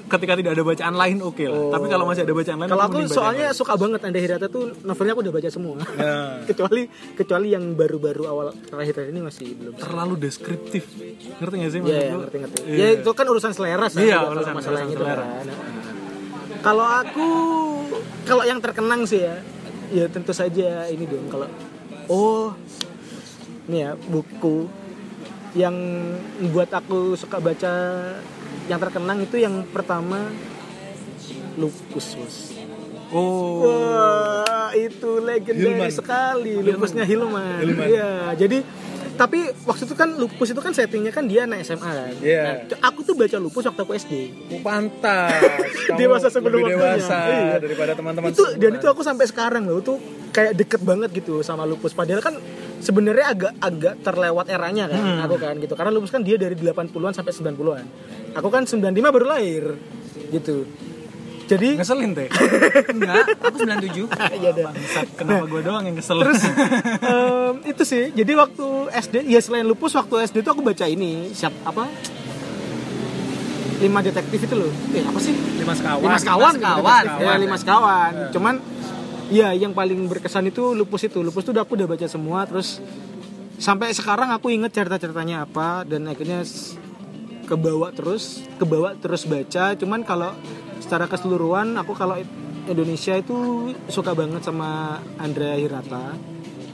S4: ketika tidak ada bacaan lain oke lah.
S2: Oh.
S4: Tapi kalau masih ada bacaan lain
S2: Kalau aku
S4: mending baca
S2: soalnya
S4: yang lain.
S2: suka banget Andre Hirata tuh novelnya aku udah baca semua.
S4: Nah.
S2: kecuali kecuali yang baru-baru awal terakhir ini masih belum.
S4: terlalu deskriptif. Ngerti gak sih
S2: Iya,
S4: maksudku?
S2: ngerti ngerti.
S4: Iya.
S2: Ya itu kan urusan selera sih.
S4: Iya,
S2: juga kalau
S4: urusan-
S2: masalah
S4: urusan
S2: yang itu
S4: selera.
S2: kan. Kalau aku kalau yang terkenang sih ya. Ya tentu saja ini dong kalau oh nih ya buku yang buat aku suka baca yang terkenang itu yang pertama lupus Bos.
S4: Oh,
S2: Wah, itu legendaris sekali lupusnya Hilman. Iya, jadi tapi waktu itu kan lupus itu kan settingnya kan dia anak SMA kan.
S4: Iya.
S2: Nah, c- aku tuh baca lupus waktu aku SD.
S4: pantas. Kamu
S2: Dewasa sebelum
S4: lebih
S2: waktunya.
S4: dewasa
S2: Iya.
S4: daripada teman-teman.
S2: itu dan
S4: semua.
S2: itu aku sampai sekarang loh tuh kayak deket banget gitu sama lupus padahal kan sebenarnya agak agak terlewat eranya kan
S4: Hmm.
S2: aku kan gitu karena lupus kan dia dari 80-an sampai 90-an. Aku kan 95 baru lahir gitu. Jadi
S4: ngeselin teh.
S1: Enggak, aku 97.
S2: ya udah.
S4: Kenapa gue doang yang kesel? Terus
S2: Em, itu sih jadi waktu SD ya selain lupus waktu SD tuh aku baca ini siap apa lima detektif itu loh eh apa sih
S4: lima sekawan.
S2: lima sekawan
S1: Lima
S2: kan,
S1: sekawan.
S2: detektif. ya lima sekawan cuman ya yang paling berkesan itu lupus itu lupus tuh udah aku udah baca semua terus sampai sekarang aku inget cerita ceritanya apa dan akhirnya s- kebawa terus kebawa terus baca cuman kalau secara keseluruhan aku kalau Indonesia itu suka banget sama Andrea Hirata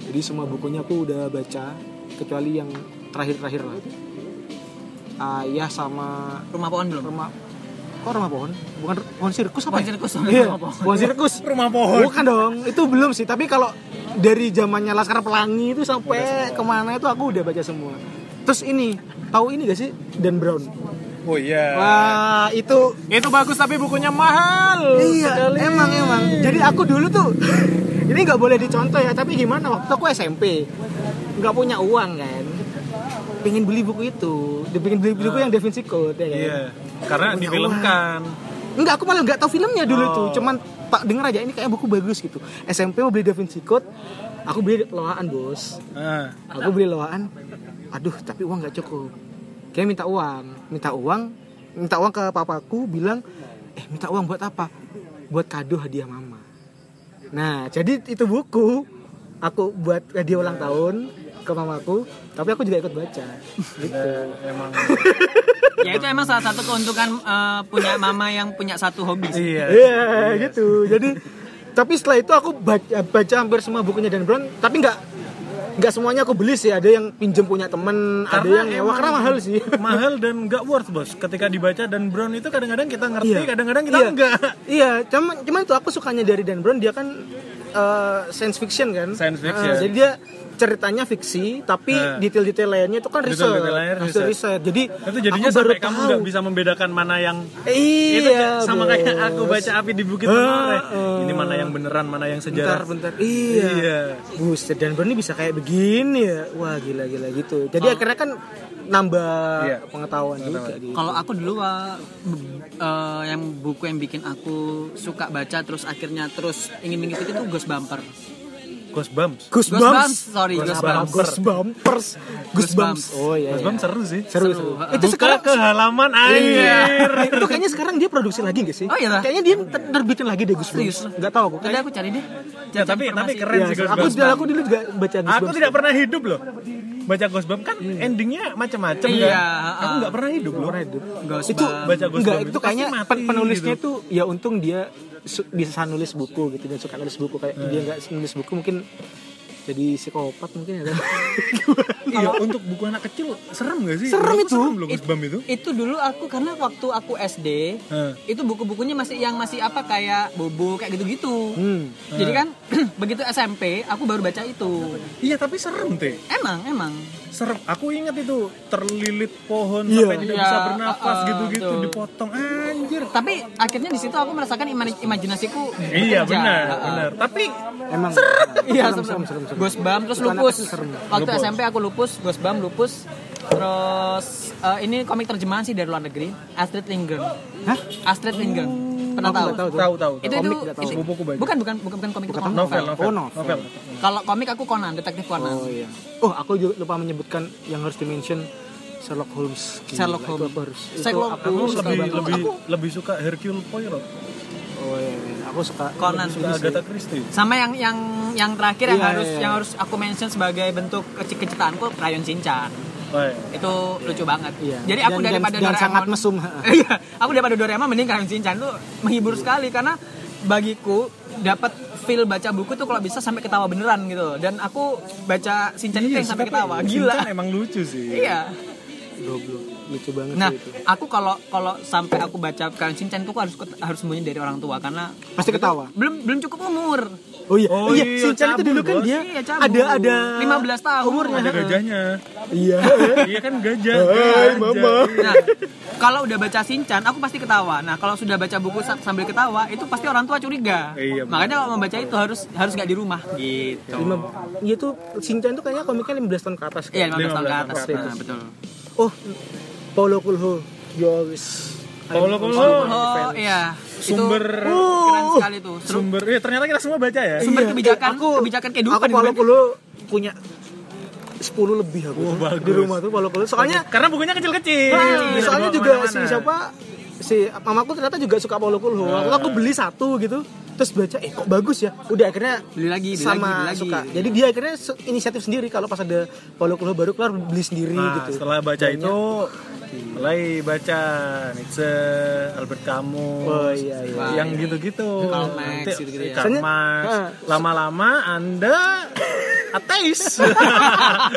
S2: jadi semua bukunya aku udah baca kecuali yang terakhir-terakhir lah ayah sama
S1: Rumah pohon belum?
S2: rumah kok rumah pohon bukan ru- pohon sirkus apa
S1: Pohon
S2: ya?
S1: sirkus,
S2: iya,
S1: rumah pohon.
S2: pohon sirkus
S4: Rumah pohon.
S2: bukan dong itu belum sih tapi kalau dari zamannya laskar pelangi itu sampai kemana itu aku udah baca semua terus ini tahu ini gak sih Dan Brown
S4: Oh iya.
S2: wah itu
S4: Itu bagus tapi bukunya mahal.
S2: iya emang emang jadi aku dulu tuh ini nggak boleh dicontoh ya tapi gimana waktu aku SMP nggak punya uang kan pengen beli buku itu pengen beli buku yang Da Vinci Code ya kan?
S4: Iya. Karena difilmkan.
S2: Enggak, aku malah nggak tahu filmnya dulu
S4: Oh.
S2: tuh. Cuman tak denger aja ini kayak buku bagus gitu. SMP mau beli Da Vinci Code, aku beli loaan, Bos.
S4: Nah,
S2: Aku beli loaan. Aduh, tapi uang nggak cukup. Kayak minta uang, minta uang, minta uang ke papaku bilang, "Eh, minta uang buat apa?" Buat kado hadiah mama. Nah, jadi itu buku aku buat hadiah ulang tahun ke mamaku, tapi aku juga ikut baca. Gitu.
S4: emang
S1: Ya itu emang salah satu keuntungan eh, punya mama yang punya satu hobi. sih.
S4: iya.
S2: Iya gitu. Jadi tapi setelah itu aku baca, baca hampir semua bukunya Dan Brown, tapi nggak nggak semuanya aku beli sih. Ada yang pinjem punya temen, ada yang nyewa
S4: emang
S2: karena mahal sih.
S4: mahal dan nggak worth bos ketika dibaca dan brown itu kadang-kadang kita ngerti
S2: Iya.
S4: kadang-kadang kita
S2: Iya.
S4: enggak
S2: Iya, cuman cuman itu aku sukanya dari Dan Brown dia kan eh, science fiction kan.
S4: Science fiction.
S2: Eh, jadi dia ceritanya fiksi, tapi
S4: Eh.
S2: detail-detail lainnya itu kan riset.
S4: Detail-detail lainnya
S2: Hasil
S4: riset.
S2: riset. Jadi
S4: itu jadinya
S2: aku baru
S4: sampai kamu
S2: tahu.
S4: nggak bisa membedakan mana yang
S2: Iya,
S4: itu kayak sama kayak
S2: Bos.
S4: aku baca api di bukit
S2: Ah,
S4: Menare.
S2: ah.
S4: ini mana yang beneran mana yang
S2: bentar
S4: sejarah
S2: bentar iya,
S4: Iya.
S2: buset dan Bernie bisa kayak begini ya wah gila gila gitu jadi akhirnya kan nambah
S4: Oh. Iya.
S2: pengetahuan juga gitu.
S1: Kalau aku dulu Wak, b- eh, yang buku yang bikin aku suka baca terus akhirnya terus ingin mengikuti itu Ghost Bumper.
S4: Goosebumps
S1: Goosebumps, sorry, Goosebumps.
S2: Goosebumps Goosebumps
S1: Goosebumps.
S2: oh iya, iya.
S4: Goosebumps seru sih
S2: seru, seru. itu
S4: Buka
S2: sekarang
S4: ke halaman
S2: Iya.
S4: air
S2: itu kayaknya sekarang dia produksi lagi gak sih?
S1: Oh, iya, Pak.
S2: Kayaknya dia ter- terbitin lagi deh Goosebumps.
S1: Serius?
S2: Gak tau aku.
S1: Tadi aku cari deh.
S4: Ya, tapi tapi keren
S2: Iya,
S4: sih
S2: aku,
S4: Goosebumps
S2: aku dulu juga baca
S4: aku
S2: Goosebumps. Iya.
S4: tidak pernah hidup loh baca Goosebumps kan endingnya macam-macam
S1: Iya,
S4: kan?
S1: ah.
S4: aku nggak pernah hidup loh
S1: Goosebumps.
S2: itu
S4: Baca Ghost
S2: enggak
S4: Bomb
S2: itu
S4: itu
S2: kayaknya
S4: pasti mati,
S2: pen- penulisnya
S1: gitu.
S2: itu ya untung dia su- bisa nulis buku gitu dan suka nulis buku kayak
S1: Iya.
S2: dia nggak nulis buku mungkin jadi psikopat mungkin ya kan?
S4: Iya, untuk buku anak kecil serem gak sih?
S2: Serem
S4: Menurutku
S2: itu.
S4: Serem loh Goosebumps itu.
S1: Itu dulu aku karena waktu aku SD,
S4: Eh.
S1: itu buku-bukunya masih yang masih apa kayak bobo kayak gitu-gitu.
S2: hmm.
S1: Jadi kan begitu SMP aku baru baca itu.
S4: Iya, tapi serem teh.
S1: Emang, emang.
S4: Serem. Aku ingat itu terlilit pohon
S2: Iya.
S4: sampai tidak
S1: Iya,
S4: bisa bernafas
S1: uh-uh,
S4: gitu-gitu
S1: betul.
S4: dipotong Ah, anjir.
S1: Tapi akhirnya di situ aku merasakan ima- imajinasiku
S4: Iya,
S1: bekerja.
S4: benar,
S1: Ha, ha.
S4: benar.
S2: Eh,
S4: Tapi
S2: emang serem
S1: Iya,
S2: serem serem serem, serem.
S1: Gosbam terus
S2: Itu anak
S1: lupus.
S2: kecil serem.
S1: Waktu SMP aku lupus, Gosbam lupus. Terus eh, ini komik terjemahan sih dari luar negeri, Astrid Lindgren.
S2: Hah?
S1: Astrid Lindgren. Pernah
S2: Aku nggak
S1: tahu?
S2: tuh.
S4: tahu tahu.
S1: Itu
S4: tahu.
S1: itu,
S2: Komik nggak tahu.
S1: itu-
S4: Buku buku banyak.
S1: bukan bukan bukan komik itu komik.
S4: novel, novel,
S2: Oh, novel.
S4: novel.
S1: Kalau komik aku Conan, detektif Conan.
S2: oh iya oh aku juga lupa menyebutkan yang harus dimention Sherlock Holmes Gila,
S1: Sherlock
S2: itu
S1: Holmes.
S2: aku harus itu
S1: Sherlock
S2: aku
S1: Holmes
S2: suka
S4: Lebih
S2: banget.
S4: lebih lebih suka Hercule Poirot,
S2: oh iya, iya. aku suka
S1: Conan.
S4: suka Agatha Christie.
S1: Sama yang yang yang terakhir yang
S2: Iya,
S1: harus
S2: iya, iya.
S1: yang harus aku mention sebagai bentuk kecil-kecitaanku Crayon Shinchan.
S4: Wah, ya.
S1: itu lucu banget.
S2: Iya.
S1: Jadi aku
S2: Dan- dan-
S1: daripada
S2: dan
S1: Doraemon
S2: sangat mesum.
S1: Iya, aku daripada Doraemon mending Karim Shinchan tuh menghibur sekali karena bagiku dapat feel baca buku tuh kalau bisa sampai ketawa beneran gitu. Dan aku baca Shinchan
S4: Iya,
S1: itu yang sampai ketawa, gila.
S4: ya? Shinchan emang lucu sih.
S1: Iya.
S2: Goblok, lucu banget
S1: Nah,
S2: sih itu.
S1: aku kalau kalau sampai aku baca Karim Shinchan tuh aku harus harus sembunyi dari orang tua karena
S2: Pasti ketawa.
S1: belum belum cukup umur.
S2: Oh iya,
S4: Oh
S2: iya,
S4: iya,
S2: Shinchan itu
S4: cabul,
S2: dulu kan
S4: bos.
S2: dia
S1: Iya, cabul.
S2: ada ada
S1: 15 tahun.
S2: umurnya.
S4: Ada gajahnya.
S2: Iya.
S4: Iya kan gajah. Hai mama.
S1: Nah, kalau udah baca Shinchan, aku pasti ketawa. Nah, kalau sudah baca buku sa- sambil ketawa, itu pasti orang tua curiga.
S4: Iya, benar.
S1: Makanya kalau membaca itu harus harus nggak di rumah gitu.
S2: Lima, iya tuh Shinchan tuh kayaknya komiknya 15 tahun ke atas kan.
S1: Iya, 15 tahun ke
S4: 15
S1: atas.
S4: tahun ke atas.
S1: Nah, betul.
S2: Oh, Paulo Coelho. Yoris.
S4: Paulo Coelho.
S1: Oh, iya.
S4: Sumber-
S1: itu, keren sekali tuh. Seru.
S4: Sumber. Iya ternyata kita semua baca ya.
S1: Sumber kebijakan, kebijakan kan kehidupan.
S2: Iya, Aku Paulo
S1: gimana?
S2: Coelho punya 10 lebih aku.
S4: Wah,
S2: tuh.
S4: bagus. Iya,
S2: Di rumah tuh Paulo Coelho. Soalnya
S4: Karena bukunya kecil-kecil.
S2: Nah, soalnya
S4: Dibawa
S2: juga si
S4: kemana-mana.
S2: siapa si mamaku ternyata juga suka Paulo Coelho. Aku,
S4: Nah.
S2: aku beli satu gitu, terus baca eh kok bagus ya. Udah akhirnya
S1: Beli lagi, beli lagi, beli
S2: sama
S1: lagi.
S2: suka. Jadi dia akhirnya se- inisiatif sendiri kalau pas ada Paulo Coelho baru keluar beli sendiri
S4: Nah,
S2: gitu.
S4: setelah baca itu mulai baca Nietzsche, Albert Camus,
S2: Oh, iya, iya.
S4: yang gitu-gitu.
S1: Karl Marx,
S4: Nanti-
S1: gitu-gitu ya.
S4: Karl
S2: Soalnya- nah,
S4: Marx.
S2: Heeh.
S4: Lama-lama Anda ateis.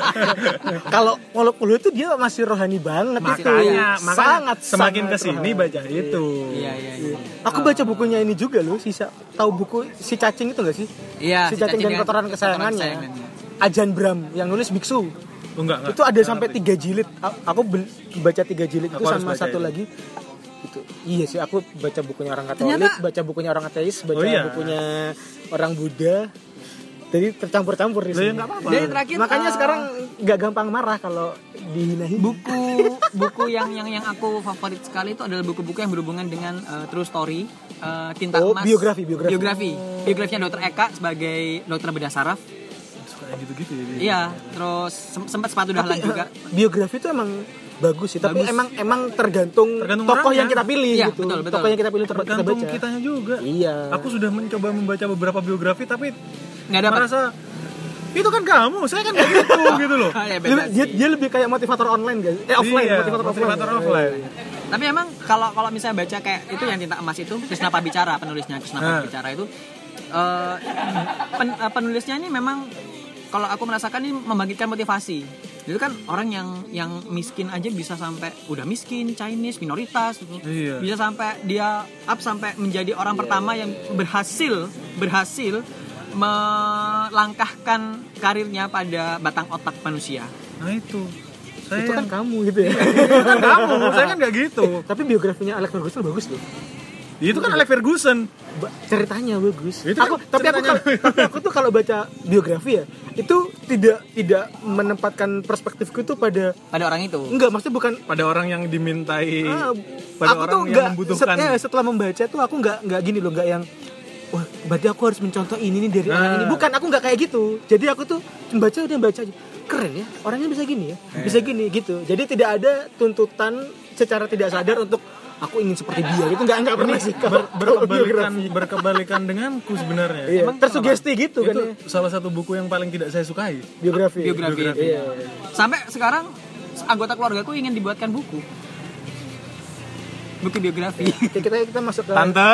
S2: kalau Paulo Coelho itu dia masih rohani banget itu.
S4: makanya, makanya
S2: sangat
S4: semakin
S2: sangat
S4: kesini
S2: rohani.
S4: baca itu.
S1: Iya, iya, iya.
S2: Aku baca bukunya ini juga loh, sisa tahu buku si cacing itu gak sih?
S1: Iya,
S2: si
S1: Si
S2: cacing,
S1: Cacing
S2: dan
S1: yang-
S2: kotoran
S1: Kotoran
S2: kesayangannya.
S1: Kesayangannya.
S2: Ajan Bram yang nulis biksu.
S4: Oh, enggak, enggak.
S2: itu ada sampai tiga jilid A- aku bel- baca tiga jilid
S4: Aku
S2: itu
S4: harus
S2: sama
S4: baca
S2: satu
S4: itu.
S2: lagi itu iya sih aku baca bukunya orang Katolik
S1: Ternyata-
S2: baca bukunya orang ateis baca
S4: Oh iya.
S2: bukunya orang Buddha jadi tercampur-campur di
S4: Loh, ya
S2: sini.
S4: nggak apa-apa.
S1: Dan yang terakhir
S2: makanya
S1: eh,
S2: sekarang nggak gampang marah kalau dihina-hina
S1: buku buku yang yang yang aku favorit sekali itu adalah buku-buku yang berhubungan dengan eh, true story eh, tinta
S2: Oh,
S1: emas
S2: biografi, biografi.
S1: biografi biografinya dokter Eka sebagai dokter bedah saraf
S4: Suka yang gitu-gitu ya. dia.
S1: iya terus sem- sempat sepatu dahlan juga
S2: biografi itu emang bagus sih tapi
S1: Bagus.
S2: emang emang tergantung,
S4: Tergantung
S2: tokoh
S4: orangnya.
S2: yang kita pilih
S1: Iya,
S2: gitu
S1: betul, betul.
S2: tokoh yang kita pilih tempat kita
S4: Tergantung
S2: baca
S4: kitanya juga.
S2: iya
S4: Aku sudah mencoba membaca beberapa biografi tapi
S1: nggak dapat
S4: merasa itu kan kamu, saya kan nggak gitu gitu loh.
S1: Ah, ya,
S2: Lebih-
S1: bebas
S2: dia,
S1: sih.
S2: dia lebih kayak motivator online guys eh offline
S4: Iya,
S2: motivator,
S4: motivator
S2: offline, iya.
S4: offline.
S1: tapi emang kalau kalau misalnya baca kayak itu yang tinta emas itu Krishna Pabicara penulisnya Krishna
S4: Nah.
S1: Pabicara itu eh, pen- eh, penulisnya ini memang kalau aku merasakan ini membangkitkan motivasi itu kan orang yang yang miskin aja bisa sampai udah miskin Chinese minoritas gitu.
S4: Iya.
S1: bisa sampai dia up sampai menjadi orang pertama yang berhasil berhasil melangkahkan karirnya pada batang otak manusia
S4: Nah itu. Saya
S2: itu kan
S4: yang-
S2: kamu gitu ya
S4: itu kan kamu, saya kan nggak gitu.
S2: Eh, tapi biografinya Alex Ferguson bagus loh
S4: Itu kan Alex Ferguson.
S2: Ba- ceritanya bagus
S4: Itu
S2: aku
S4: kan
S2: tapi aku
S4: ceritanya.
S2: kalau- tapi aku tuh kalau baca biografi ya itu tidak tidak menempatkan perspektifku tuh pada
S1: pada orang itu
S2: enggak maksudnya bukan
S4: Pada orang yang dimintai,
S2: ah, aku
S4: pada
S2: tuh
S4: orang
S2: enggak
S4: yang membutuhkan.
S2: setelah, setelah membaca tuh aku enggak enggak gini loh enggak yang wah berarti aku harus mencontoh ini nih dari orang
S4: Nah.
S2: ini bukan aku enggak kayak gitu jadi aku tuh membaca udah baca aja keren ya orangnya bisa gini ya
S4: Eh.
S2: bisa gini gitu jadi tidak ada tuntutan secara tidak sadar untuk aku ingin seperti dia gitu enggak enggak pernah sih kalau
S4: Ber- berkebalikan
S2: biografi.
S4: berkebalikan denganku sebenarnya.
S2: Iya, tersugesti gitu kan
S4: itu
S2: ya.
S4: salah satu buku yang paling tidak saya sukai.
S2: Biografi.
S1: biografi,
S2: Iya.
S1: sampai sekarang anggota keluargaku ingin dibuatkan buku buku biografi
S2: Oke, Ya, kita kita masuk ke
S4: Tante,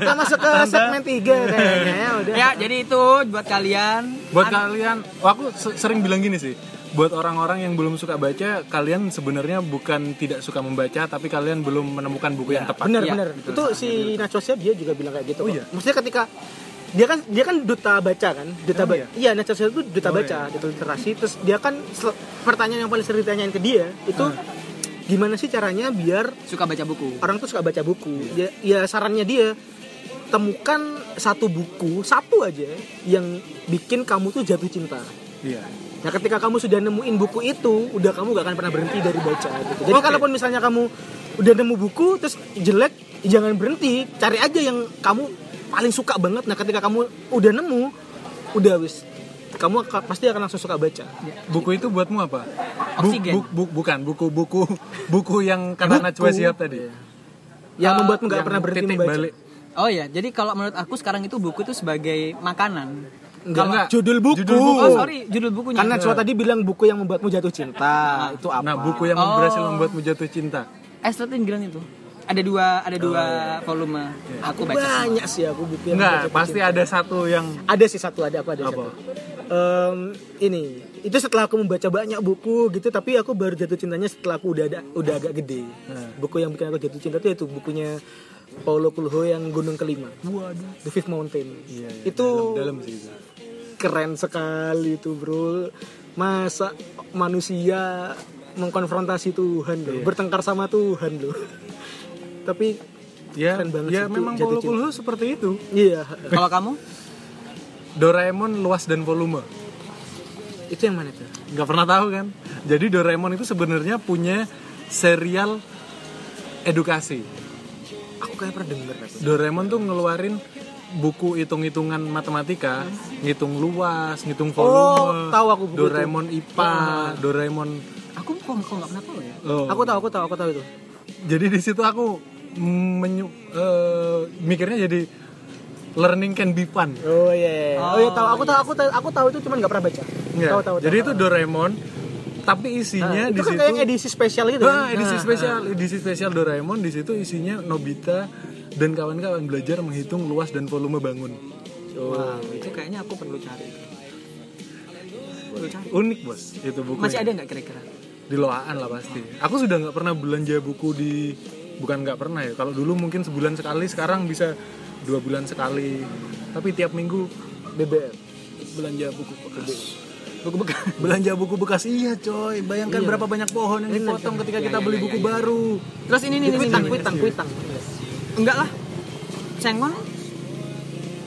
S2: kita masuk ke segmen 3 kayaknya ya udah.
S1: ya jadi itu buat kalian
S4: buat kalian, oh, aku se- sering bilang gini sih. Buat orang-orang yang belum suka baca, kalian sebenarnya bukan tidak suka membaca, tapi kalian belum menemukan buku yang tepat.
S2: Benar,
S1: Iya,
S2: benar. Itu si Nacho Siap dia juga bilang kayak gitu.
S4: Oh,
S2: kok.
S4: iya?
S2: Maksudnya ketika dia kan dia kan duta baca kan, duta baca.
S4: Emang
S2: Iya, Nacho Siap itu duta
S4: Oh,
S2: baca, duta literasi. Terus dia kan sel- pertanyaan yang paling sering ditanyain ke dia itu
S4: Ah.
S2: gimana sih caranya biar
S1: suka baca buku
S2: orang tuh suka baca buku.
S4: Iya.
S2: Ya, ya sarannya dia temukan satu buku, satu aja yang bikin kamu tuh jatuh cinta.
S4: Iya.
S2: Nah ketika kamu sudah nemuin buku itu, udah kamu gak akan pernah berhenti dari baca gitu. Jadi
S4: Oke.
S2: kalaupun misalnya kamu udah nemu buku terus jelek, jangan berhenti, cari aja yang kamu paling suka banget. Nah ketika kamu udah nemu, udah wis kamu ak- pasti akan langsung suka baca.
S4: Buku itu buatmu apa?
S1: Oksigen.
S4: bukan buku-buku buku yang kata
S2: Buku.
S4: Najwa Shihab tadi.
S2: Yang
S1: Eh,
S2: membuatmu gak
S4: Yang
S2: pernah berhenti
S4: titik
S1: iya,
S2: membaca.
S4: balik.
S1: oh ya jadi kalau menurut aku sekarang itu buku itu sebagai makanan
S2: Enggak,
S1: Kalau-
S2: judul buku.
S4: Judul buku.
S1: Oh, sorry, judul bukunya.
S2: Karena Najwa tadi bilang buku yang membuatmu jatuh cinta. itu apa?
S4: Nah, buku yang
S1: Oh.
S4: berhasil membuatmu jatuh cinta.
S1: Estet Lindgren itu. Ada dua, ada dua volume. Aku baca semua.
S2: banyak sih aku buku yang
S4: Enggak,
S2: membuat jatuh
S4: pasti
S2: cinta.
S4: ada satu yang
S2: Ada sih satu, ada aku ada
S4: Apa?
S2: satu. Em, ini itu setelah aku membaca banyak buku gitu tapi aku baru jatuh cintanya setelah aku udah ada, udah agak gede
S4: Hmm.
S2: buku yang bikin aku jatuh cinta itu yaitu bukunya Paulo Coelho yang Gunung Kelima The Fifth Mountain itu
S4: Iya, dalam sih itu.
S2: keren sekali itu bro masa manusia mengkonfrontasi Tuhan
S4: Iya.
S2: loh bertengkar sama Tuhan loh tapi
S4: Ya,
S2: Keren banget
S4: ya
S2: sih itu,
S4: memang
S2: jatuh
S4: Paulo
S2: cinta.
S4: Coelho seperti itu.
S2: iya
S1: Kalau kamu?
S4: Doraemon luas dan volume.
S2: itu yang mana tuh
S4: Nggak pernah tahu kan? Jadi Doraemon itu sebenarnya punya serial edukasi.
S2: aku kayak pernah denger aku.
S4: Doraemon tuh ngeluarin buku hitung-hitungan matematika, ngitung luas, ngitung volume.
S2: tahu aku buku itu.
S4: Doraemon IPA, Doraemon
S1: Aku kok kok nggak pernah tahu ya.
S4: oh.
S2: aku tahu aku tahu aku tahu itu
S4: Jadi di situ aku menyu- eh, mikirnya jadi learning can be fun.
S2: oh iya iya. oh iya tahu aku tahu aku tahu aku tahu itu cuman nggak pernah baca
S4: Iya.
S2: tahu tahu
S4: jadi
S2: tahu.
S4: itu Doraemon tapi isinya
S2: itu
S4: di
S2: kan
S4: situ
S2: kayak edisi spesial gitu
S4: Nah,
S2: kan?
S4: edisi
S2: Nah,
S4: spesial, edisi spesial Doraemon di situ isinya Nobita dan kawan-kawan belajar menghitung luas dan volume bangun.
S2: iya,
S1: Wah, itu kayaknya aku perlu cari. Perlu cari.
S4: Unik bos, itu buku.
S1: Masih ada nggak kira-kira?
S4: Di loaan lah pasti. Aku sudah nggak pernah belanja buku di bukan nggak pernah ya. Kalau dulu mungkin sebulan sekali, sekarang bisa dua bulan sekali. Tapi tiap minggu
S2: BBM
S4: belanja buku bekas. Buku bekas. Belanja buku bekas iya coy. Bayangkan berapa banyak pohon yang dipotong ketika kita beli buku baru.
S1: Terus ini nih, ini,
S2: kuitang
S1: ini.
S2: kuitang kuitang
S1: Enggak lah. Cengon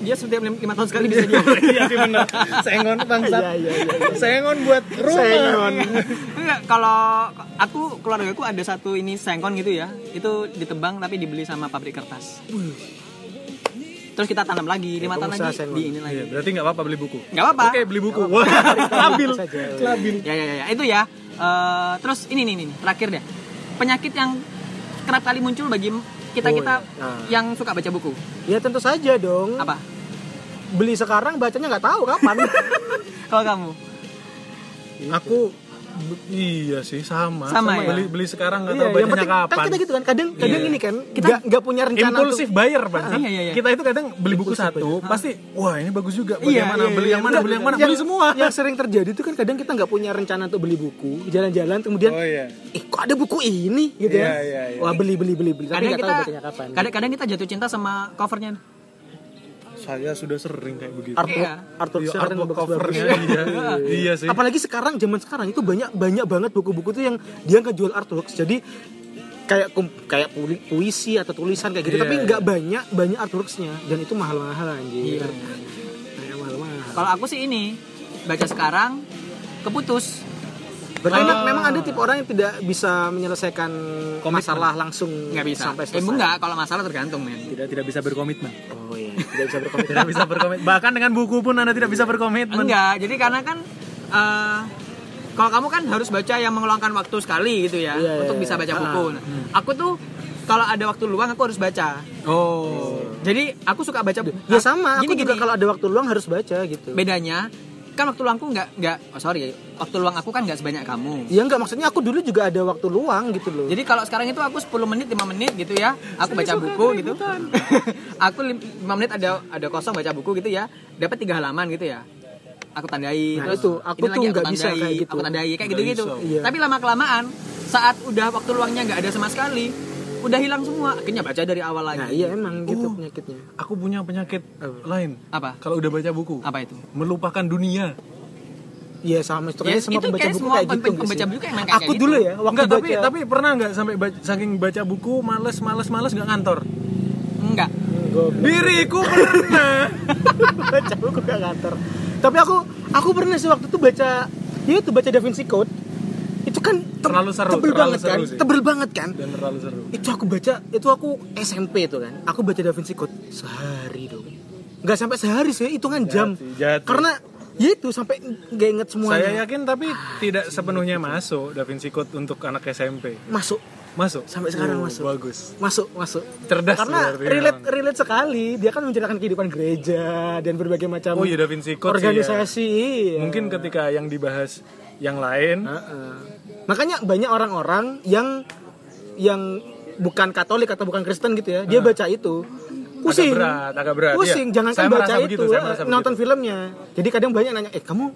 S1: dia setiap lim- lima tahun sekali bisa jual.
S4: Iya sih benar. Sengon bangsat.
S2: iya iya
S4: Sengon buat
S2: Sengon.
S1: Iya. Enggak, kalau aku keluargaku ada satu ini sengkon gitu ya. Itu ditebang tapi dibeli sama pabrik kertas. Terus kita tanam lagi, lima tahun
S2: pengusaha
S1: lagi
S2: sengkon.
S1: di ini lagi.
S4: Iya, berarti nggak apa-apa beli buku.
S1: Nggak apa-apa.
S4: Oke, beli buku. Wah, labil.
S2: saja.
S4: Labil.
S1: Ya ya ya, ya. itu ya. Eh, terus ini nih nih nih, terakhir deh. Penyakit yang kerap kali muncul bagi kita-kita
S2: Nah.
S1: yang suka baca buku.
S2: ya tentu saja dong
S1: Apa?
S2: beli sekarang bacanya nggak tahu kapan
S1: Kalau kamu?
S4: Aku b- iya sih sama.
S1: Sama ya?
S4: Beli beli sekarang nggak
S2: Iya,
S4: tahu
S2: yang
S4: bacanya
S2: penting kan
S4: kapan.
S2: kita gitu kan kadang kadang
S4: Iya.
S2: ini kan nggak nggak punya rencana
S4: Impulsif buyer banget.
S1: Iya, iya, iya.
S4: Kita itu kadang beli buku satu, pasti wah ini bagus juga. Beli
S1: Iya,
S4: yang mana?
S1: iya,
S4: Beli
S1: iya,
S4: yang mana? Beli yang mana? Beli semua.
S2: yang sering terjadi itu kan kadang kita nggak punya rencana untuk beli buku jalan-jalan kemudian
S4: Oh iya.
S2: eh kok ada buku ini gitu
S4: Iya,
S2: ya
S4: iya, iya.
S2: wah beli beli beli beli
S1: Kadang
S2: tapi nggak tahu
S1: kita
S2: bacanya kapan Iya.
S1: kadang, kadang kita jatuh cinta sama covernya.
S4: Saya sudah sering kayak begitu.
S2: artwork
S1: Iya.
S2: artwork
S4: Iya,
S2: share kan
S4: artwork
S2: bagus-bagus.
S4: covernya iya. Iya sih.
S2: apalagi sekarang zaman sekarang itu banyak banyak banget buku-buku tuh yang dia ngejual artwork jadi kayak kum- kayak puli- puisi atau tulisan kayak gitu
S4: Iya,
S2: tapi
S4: iya.
S2: nggak banyak banyak artworksnya dan itu mahal-mahal anjir Kayak mahal-mahal
S1: Kalau aku sih ini baca sekarang keputus.
S2: Berarti memang- memang ada tipe orang yang tidak bisa menyelesaikan masalah langsung
S1: nggak bisa.
S2: sampai
S1: Eh,
S2: selesai.
S1: enggak, kalau masalah tergantung men.
S4: Tidak tidak bisa berkomitmen.
S2: Oh iya, tidak bisa berkomitmen.
S4: Tidak bisa berkomitmen. Bahkan dengan buku pun Anda tidak bisa berkomitmen.
S1: Enggak, jadi karena kan eh, kalau kamu kan harus baca yang mengeluangkan waktu sekali gitu ya
S2: Iya,
S1: untuk
S2: iya,
S1: bisa
S2: iya.
S1: baca
S2: Ah,
S1: buku. Nah, Aku tuh kalau ada waktu luang aku harus baca.
S4: Oh.
S1: Jadi aku suka baca.
S2: ya sama, aku
S1: Gini,
S2: juga
S1: gini.
S2: kalau ada waktu luang harus baca gitu.
S1: bedanya kan waktu luangku nggak nggak oh sorry waktu luang aku kan nggak sebanyak kamu.
S2: Ya enggak maksudnya aku dulu juga ada waktu luang gitu loh.
S1: Jadi kalau sekarang itu aku 10 menit 5 menit gitu ya, aku baca buku gitu. aku 5 menit ada ada kosong baca buku gitu ya, dapat tiga halaman gitu ya. Aku tandai
S2: Nah,
S1: terus
S2: itu, aku
S1: ini
S2: tuh
S1: lagi
S2: nggak bisa
S1: tandai,
S2: kayak gitu.
S1: Aku tandai kayak
S4: Nggak
S1: gitu-gitu.
S4: bisa.
S2: Iya.
S1: Tapi lama kelamaan saat udah waktu luangnya nggak ada sama sekali, udah hilang semua. Akhirnya baca dari awal lagi.
S2: Nah, iya emang gitu
S4: Oh.
S2: penyakitnya.
S4: Aku punya penyakit eh, lain.
S1: Apa?
S4: Kalau udah baca buku.
S1: Apa itu?
S4: Melupakan dunia.
S2: Iya sama itu kayaknya
S1: Ya,
S2: semua
S1: itu
S2: pembaca
S1: kayak
S2: buku
S1: semua
S2: kayak gitu.
S1: pem-
S2: nggak
S1: pembaca
S2: sih?
S1: buku emang kayak
S2: Aku
S1: gitu.
S2: dulu ya waktu
S4: Enggak, tapi
S2: baca-
S4: tapi pernah nggak sampai ba- saking baca buku males males males nggak ngantor?
S1: Enggak.
S4: Diriku pernah.
S2: baca buku gak ngantor tapi aku aku pernah sih waktu itu baca ya itu baca Da Vinci Code itu kan te-
S4: Terlalu seru,
S2: tebel
S4: terlalu
S2: banget
S4: seru
S2: kan
S4: sih.
S2: tebel banget kan
S4: Dan terlalu seru.
S2: itu aku baca itu aku SMP itu kan aku baca Da Vinci Code sehari dong nggak sampai sehari sih hitungan jam
S4: jati.
S2: karena ya itu sampai nggak inget semuanya
S4: Saya yakin tapi tidak sepenuhnya masuk Da Vinci Code untuk anak SMP.
S2: masuk
S4: Masuk.
S6: Sampai sekarang
S4: Oh,
S6: masuk.
S4: Bagus.
S6: masuk masuk
S4: Cerdas
S6: karena
S4: berarti ya.
S6: relate
S4: memang.
S6: relate sekali dia kan menceritakan kehidupan gereja dan berbagai macam
S4: Oh, iya, Da Vinci Code sih,
S6: organisasi iya.
S4: Mungkin ketika yang dibahas yang lain,
S6: Heeh. makanya banyak orang-orang yang yang bukan Katolik atau bukan Kristen gitu ya dia baca itu pusing
S4: berat, agak berat,
S6: pusing
S4: iya.
S6: jangan kan
S4: Saya merasa
S6: baca
S4: begitu,
S6: itu eh,
S4: saya merasa
S6: nonton filmnya jadi kadang banyak nanya eh kamu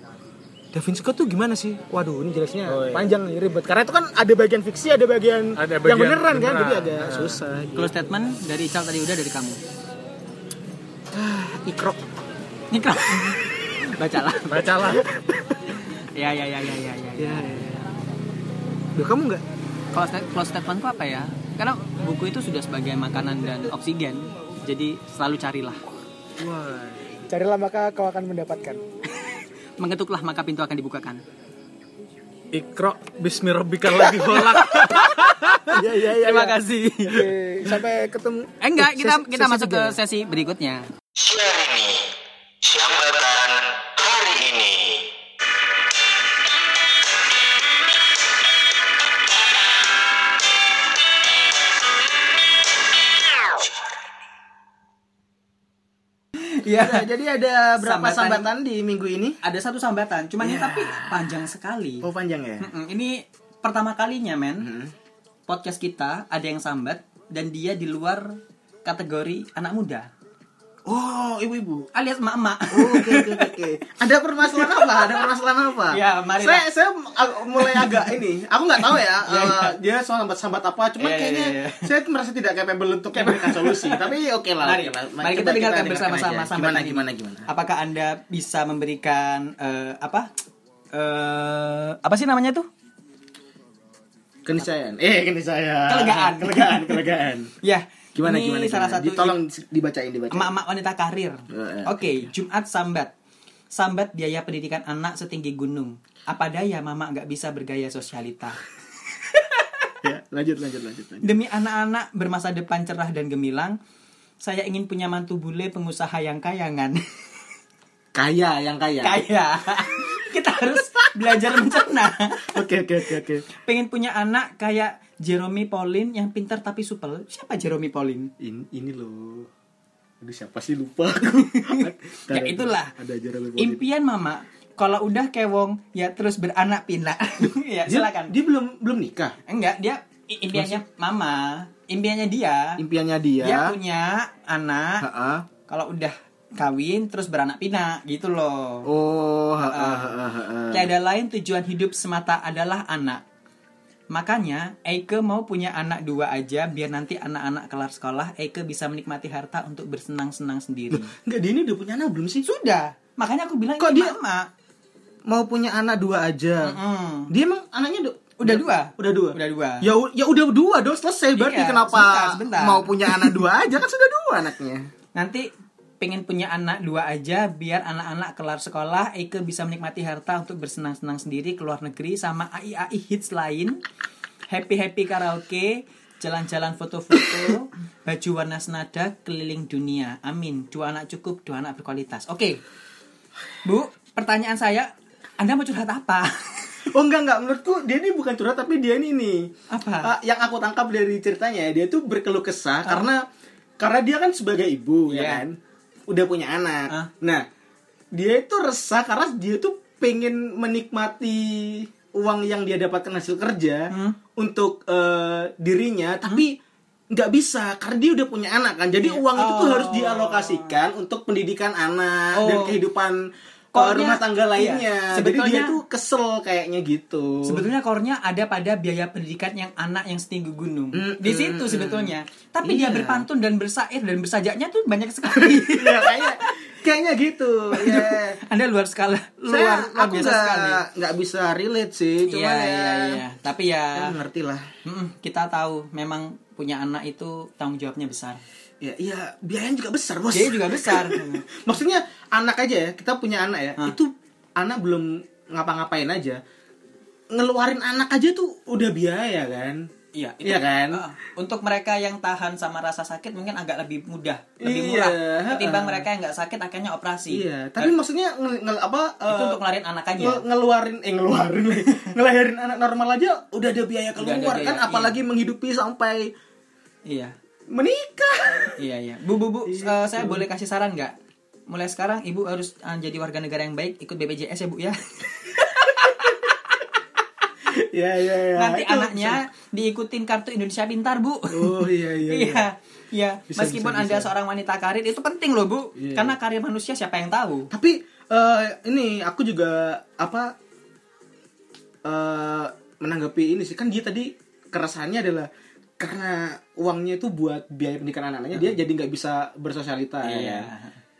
S6: Da Vinci Code tuh gimana sih? Waduh, ini jelasnya
S4: Oh, iya.
S6: panjang nih ribet. Karena itu kan ada bagian fiksi, ada bagian, yang
S4: Ada bagian
S6: beneran, kan,
S4: beneran.
S6: jadi agak susah. gitu.
S7: Close statement dari Ical tadi udah dari kamu.
S6: Ikrok.
S7: Nikra. Bacalah.
S4: bacalah.
S7: Ya ya ya ya ya ya.
S6: Ya, ya, ya. Duh, kamu nggak?
S7: Close, sta- close statementku apa ya? Karena buku itu sudah sebagai makanan dan oksigen. Jadi selalu carilah.
S6: Carilah maka kau akan mendapatkan.
S7: Mengetuklah maka pintu akan dibukakan.
S4: Ikro bismirobikal lagi bolak.
S6: Iya, iya, iya.
S7: Terima
S6: iya.
S7: kasih.
S6: Oke, sampai ketemu.
S7: Eh enggak,
S6: Eh,
S7: kita
S6: sesi-
S7: kita
S6: sesi
S7: masuk ke
S6: tiga.
S7: sesi berikutnya.
S8: Sherni, jambatan hari ini.
S2: Nah,
S1: Iya.
S2: jadi ada berapa
S1: Sambatan.
S2: sambatan di minggu ini?
S1: Ada satu sambatan, cuma ini
S2: Ya.
S1: tapi panjang sekali.
S2: Oh panjang ya.
S1: Mm-mm, Ini pertama kalinya, men.
S2: Mm-hmm.
S1: Podcast kita ada yang sambat dan dia di luar kategori anak muda
S2: Oh ibu-ibu.
S1: alias emak-emak.
S2: Oh, Oke oke oke, oke. Ada permasalahan apa? Ada permasalahan apa?
S1: Ya, mari
S2: Saya saya ag- mulai agak ini. Aku nggak tahu ya. eh, Dia soal sambat sambat apa? Cuman
S1: Iya, iya,
S2: kayaknya
S1: iya,
S2: saya tuh merasa tidak capable untuk memberikan solusi. Tapi oke lah.
S1: Mari,
S2: oke lah.
S1: mari
S2: Coba
S1: kita dengarkan bersama-sama
S2: aja.
S1: sambat
S2: Gimana
S1: tadi.
S2: gimana gimana.
S1: Apakah Anda bisa memberikan eh, apa? eh apa sih namanya tuh?
S2: Keniscayaan. Eh keniscayaan.
S1: Kelegaan.
S2: Kelegaan kelegaan.
S1: Ya,
S2: Gimana
S1: ini
S2: gimana?
S1: salah
S2: gimana?
S1: satu
S2: Tolong dibacain dibacain.
S1: emak-emak wanita karir.
S2: Eh, eh,
S1: Oke, Jumat sambat. Sambat biaya pendidikan anak setinggi gunung. Apa daya mama nggak bisa bergaya sosialita.
S2: Ya, lanjut lanjut lanjut. lanjut.
S1: Demi anak-anak bermasa depan cerah dan gemilang, saya ingin punya mantu bule pengusaha yang kayangan.
S2: Kaya yang kaya.
S1: Kaya. Kita harus belajar mencerna.
S2: Oke oke oke oke.
S1: Pengen punya anak kayak Jeremy Pauline yang pintar tapi supel. Siapa Jeremy Pauline?
S2: ini, ini loh aduh siapa sih lupa aku
S1: ya itulah.
S2: ada ajaran
S1: Impian mama kalau udah kewong ya terus beranak pinak. ya,
S2: dia,
S1: silakan.
S2: dia belum belum nikah
S1: Enggak, dia i- impiannya mama, impiannya dia.
S2: impiannya dia
S1: Dia punya anak
S2: Ha-ha.
S1: kalau udah kawin terus beranak pinak gitu loh.
S2: oh iya. ha-ha, ha-ha, ha-ha.
S1: Tiada lain tujuan hidup semata adalah anak. Makanya Eike mau punya anak dua aja biar nanti anak-anak kelar sekolah Eike bisa menikmati harta untuk bersenang-senang sendiri.
S2: nggak dia ini udah punya anak belum sih
S1: Sudah, makanya aku bilang
S2: Kok
S1: ini
S2: dia-
S1: mama.
S2: mau punya anak dua aja
S1: Mm.
S2: dia emang anaknya du-
S1: Udah dua.
S2: udah dua
S1: Udah dua.
S2: ya u- ya udah dua dong selesai berarti
S1: Iya,
S2: kenapa
S1: sebentar, sebentar.
S2: mau punya anak dua aja kan sudah dua anaknya
S1: Nanti pengen punya anak dua aja biar anak-anak kelar sekolah Eike bisa menikmati harta untuk bersenang-senang sendiri ke luar negeri sama AI AI hits lain happy happy karaoke jalan-jalan foto-foto baju warna senada keliling dunia amin dua anak cukup dua anak berkualitas oke bu pertanyaan saya anda mau curhat apa
S2: Oh enggak enggak menurutku dia ini bukan curhat tapi dia ini nih.
S1: Apa?
S2: Eh, yang aku tangkap dari ceritanya ya, dia tuh berkeluh kesah karena karena dia kan sebagai ibu
S1: Ah.
S2: ya
S1: Iya.
S2: kan. Udah punya anak.
S1: Ah.
S2: Nah, dia itu resah karena dia tuh pengen menikmati uang yang dia dapatkan hasil kerja
S1: Hmm.
S2: untuk eh, dirinya tapi nggak bisa karena dia udah punya anak kan.
S1: Iya.
S2: Jadi uang itu tuh harus dialokasikan untuk pendidikan anak dan
S1: Oh.
S2: kehidupan eh,
S1: Pokoknya-
S2: rumah tangga
S1: iya.
S2: lainnya. Jadi dia
S1: Sebetulnya-
S2: tuh kesel kayaknya gitu.
S1: Sebetulnya core-nya ada pada biaya pendidikan yang anak yang setinggi gunung.
S2: Mm,
S1: Di
S2: mm,
S1: situ
S2: mm.
S1: sebetulnya. Tapi dia
S2: Iya.
S1: berpantun dan bersair dan bersajaknya tuh banyak sekali.
S2: ya kayaknya kayaknya gitu. Ya.
S1: Anda luar skala,
S2: Saya
S1: luar, luar
S2: aku
S1: biasa sekali.
S2: nggak nggak bisa relate sih, cuma
S1: Iya,
S2: ya,
S1: iya, iya. Tapi ya
S2: kan ngerti lah.
S1: mm-mm, kita tahu memang punya anak itu tanggung jawabnya besar.
S2: Ya, iya biayanya juga besar bos.
S1: Dia juga besar.
S2: Maksudnya anak aja ya, kita punya anak ya, itu anak belum ngapa-ngapain aja, ngeluarin anak aja tuh udah biaya kan.
S1: Iya, itu
S2: Iya kan?
S1: Heeh. untuk mereka yang tahan sama rasa sakit mungkin agak lebih mudah, lebih
S2: Iya,
S1: murah
S2: heeh.
S1: ketimbang mereka yang nggak sakit akhirnya operasi.
S2: Iya, tapi maksudnya nge- nge- apa
S1: Eh. itu
S2: eh,
S1: untuk ya? ngelarin anak aja.
S2: nge- ngeluarin eh ngeluarin lagi. ngelahirin anak normal aja udah ada biaya
S1: Udah ada
S2: keluar
S1: biaya,
S2: kan
S1: iya.
S2: apalagi menghidupi sampai
S1: Iya.
S2: menikah.
S1: Iya, iya. Bu, bu, bu, eh, saya boleh kasih saran nggak? Mulai sekarang ibu harus eh, jadi warga negara yang baik, ikut BPJS ya, Bu ya.
S2: Iya iya iya.
S1: Nanti
S2: Itu-
S1: anaknya diikutin kartu Indonesia Pintar, Bu.
S2: Oh iya iya. iya.
S1: Iya. Iya,
S2: Bisa,
S1: meskipun
S2: bisa,
S1: Anda
S2: bisa.
S1: seorang wanita karir itu penting loh, Bu.
S2: Iya.
S1: Karena karir manusia siapa yang tahu?
S2: Tapi eh, ini aku juga apa eh menanggapi ini sih kan dia tadi keresahannya adalah karena uangnya itu buat biaya pendidikan anak-anaknya dia jadi nggak bisa bersosialita.
S1: Hmm. Iya.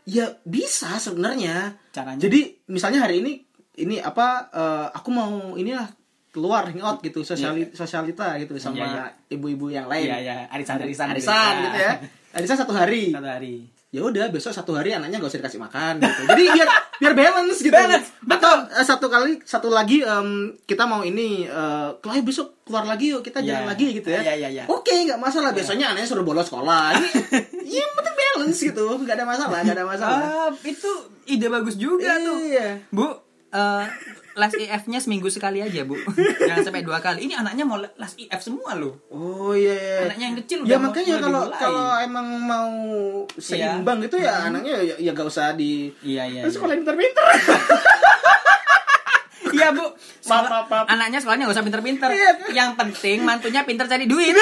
S2: Ya bisa sebenarnya.
S1: Caranya.
S2: Jadi misalnya hari ini ini apa eh, aku mau inilah keluar hangout gitu sosiali, sosialita gitu sama
S1: Iya,
S2: ibu-ibu yang lain.
S1: Iya, iya. Arisan, arisan, Iya.
S2: Arisan gitu ya. Arisan satu hari
S1: Satu hari.
S2: ya udah besok satu hari anaknya nggak usah dikasih makan gitu. jadi biar biar balance gitu
S1: Balance,
S2: betul satu kali satu lagi em, kita mau ini eh Kelai besok keluar lagi yuk kita jalan
S1: Iya.
S2: lagi gitu ya
S1: Iya, iya, iya.
S2: oke nggak masalah besoknya anaknya suruh bolos sekolah ini ya yang penting balance gitu nggak ada masalah nggak ada masalah
S1: Ah, itu ide bagus juga tuh.
S2: Iya.
S1: Bu, eh, les IF-nya seminggu sekali aja, Bu. Jangan sampai dua kali. Ini anaknya mau les IF semua loh.
S2: oh iya iya.
S1: Anaknya yang kecil
S2: ya
S1: udah mau-
S2: makanya
S1: udah
S2: kalau
S1: dimulai.
S2: kalau emang mau seimbang gitu ya anaknya ya, ya gak usah di
S1: Iya, Hmm. iya.
S2: Terus sekolah yang pinter-pinter
S1: Iya, Bu.
S2: Maaf,
S1: Sekolah-
S2: maaf, maaf.
S1: Anaknya sekolahnya nggak usah pinter-pinter.
S2: Iya.
S1: Yang penting mantunya pinter cari duit.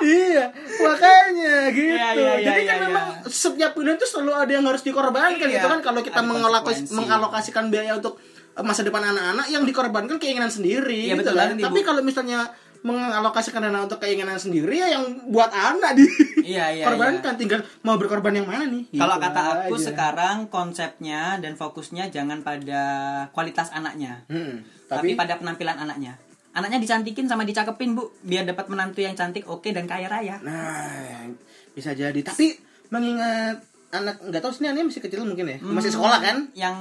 S2: iya makanya gitu
S1: Iya, iya, iya,
S2: jadi kan
S1: iya,
S2: memang setiap pilihan tuh selalu ada yang harus dikorbankan
S1: Iya,
S2: gitu kan kalau kita
S1: ada
S2: mengalokasi,
S1: konsekuensi.
S2: mengalokasikan biaya untuk eh, masa depan anak-anak yang dikorbankan keinginan sendiri
S1: Iya,
S2: gitu
S1: betul
S2: kan.
S1: banget, Ibu.
S2: tapi kalau misalnya mengalokasikan dana untuk keinginan sendiri ya yang buat anak di
S1: Iya, iya,
S2: korbankan tinggal mau berkorban yang mana nih
S1: Kalau
S2: Gitu
S1: kata aku
S2: aja.
S1: sekarang konsepnya dan fokusnya jangan pada kualitas anaknya,
S2: Mm-mm.
S1: tapi,
S2: Hmm, tapi,
S1: pada penampilan anaknya. Anaknya dicantikin sama dicakepin, Bu, biar dapat menantu yang cantik, oke dan kaya raya.
S2: nah bisa jadi tapi mengingat anak nggak tahu sini anaknya masih kecil mungkin ya
S1: Hmm.
S2: masih sekolah kan
S1: Yang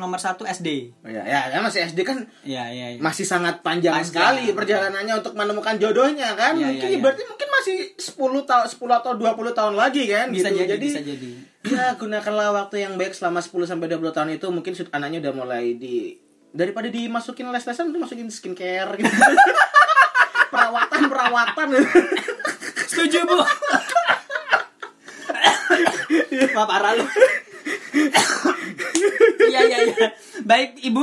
S1: nomor satu SD.
S2: Oh, ya, ya, ya masih SD kan
S1: Iya, iya, iya.
S2: masih sangat panjang,
S1: Panjang.
S2: sekali perjalanannya untuk menemukan jodohnya kan
S1: Iya,
S2: mungkin
S1: iya, iya.
S2: berarti mungkin masih 10 tahun 10 atau 20 tahun lagi kan
S1: bisa
S2: gitu.
S1: jadi, bisa jadi.
S2: ya gunakanlah waktu yang baik selama 10 sampai 20 tahun itu mungkin sud- anaknya udah mulai di daripada dimasukin les-lesan itu masukin skincare gitu. perawatan perawatan
S1: Setuju, Bu. Wah, parah lu. Iya, iya, iya. Baik, Ibu,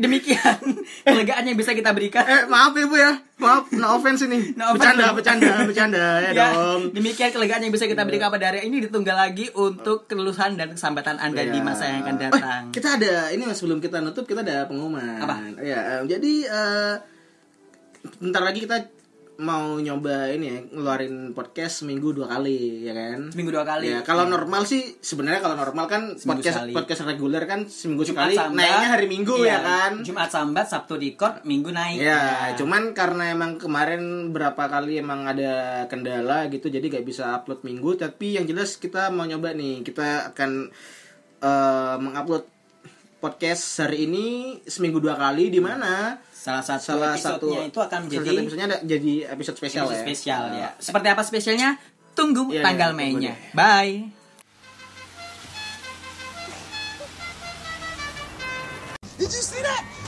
S1: demikian kelegaan yang bisa kita berikan.
S2: eh maaf ibu ya maaf no offense ini
S1: No offense,
S2: bercanda
S1: Bu.
S2: bercanda bercanda ya,
S1: Ya,
S2: dong Iya.
S1: Demikian kelegaan yang bisa kita berikan pada hari ini ditunggal lagi untuk keluhan dan kesambatan Anda di
S2: Ya.
S1: masa yang akan
S2: Eh,
S1: datang.
S2: kita ada ini Mas, sebelum kita nutup kita ada pengumuman.
S1: Apa?
S2: Ya, eh, jadi eh bentar lagi kita mau nyoba ini ya, ngeluarin podcast seminggu dua kali ya kan?
S1: Seminggu dua kali.
S2: Ya, kalau normal sih sebenarnya kalau normal kan podcast
S1: sekali.
S2: podcast reguler kan seminggu
S1: Jumat
S2: sekali,
S1: Sambat,
S2: naiknya hari Minggu
S1: iya.
S2: ya kan?
S1: Jumat sambat, Sabtu record, Minggu naik.
S2: Ya, cuman karena emang kemarin berapa kali emang ada kendala gitu, jadi gak bisa upload minggu. Tapi yang jelas kita mau nyoba nih, kita akan eh, mengupload podcast hari ini seminggu dua kali di mana
S1: salah satu
S2: salah satu
S1: episode-nya itu akan menjadi
S2: salah satu episode-nya ada jadi episode spesial
S1: episode
S2: ya.
S1: spesial ya. Seperti apa spesialnya? Tunggu
S2: Iya,
S1: tanggal mainnya.
S2: iya, tunggu deh.
S1: Bye.
S9: Did you see that?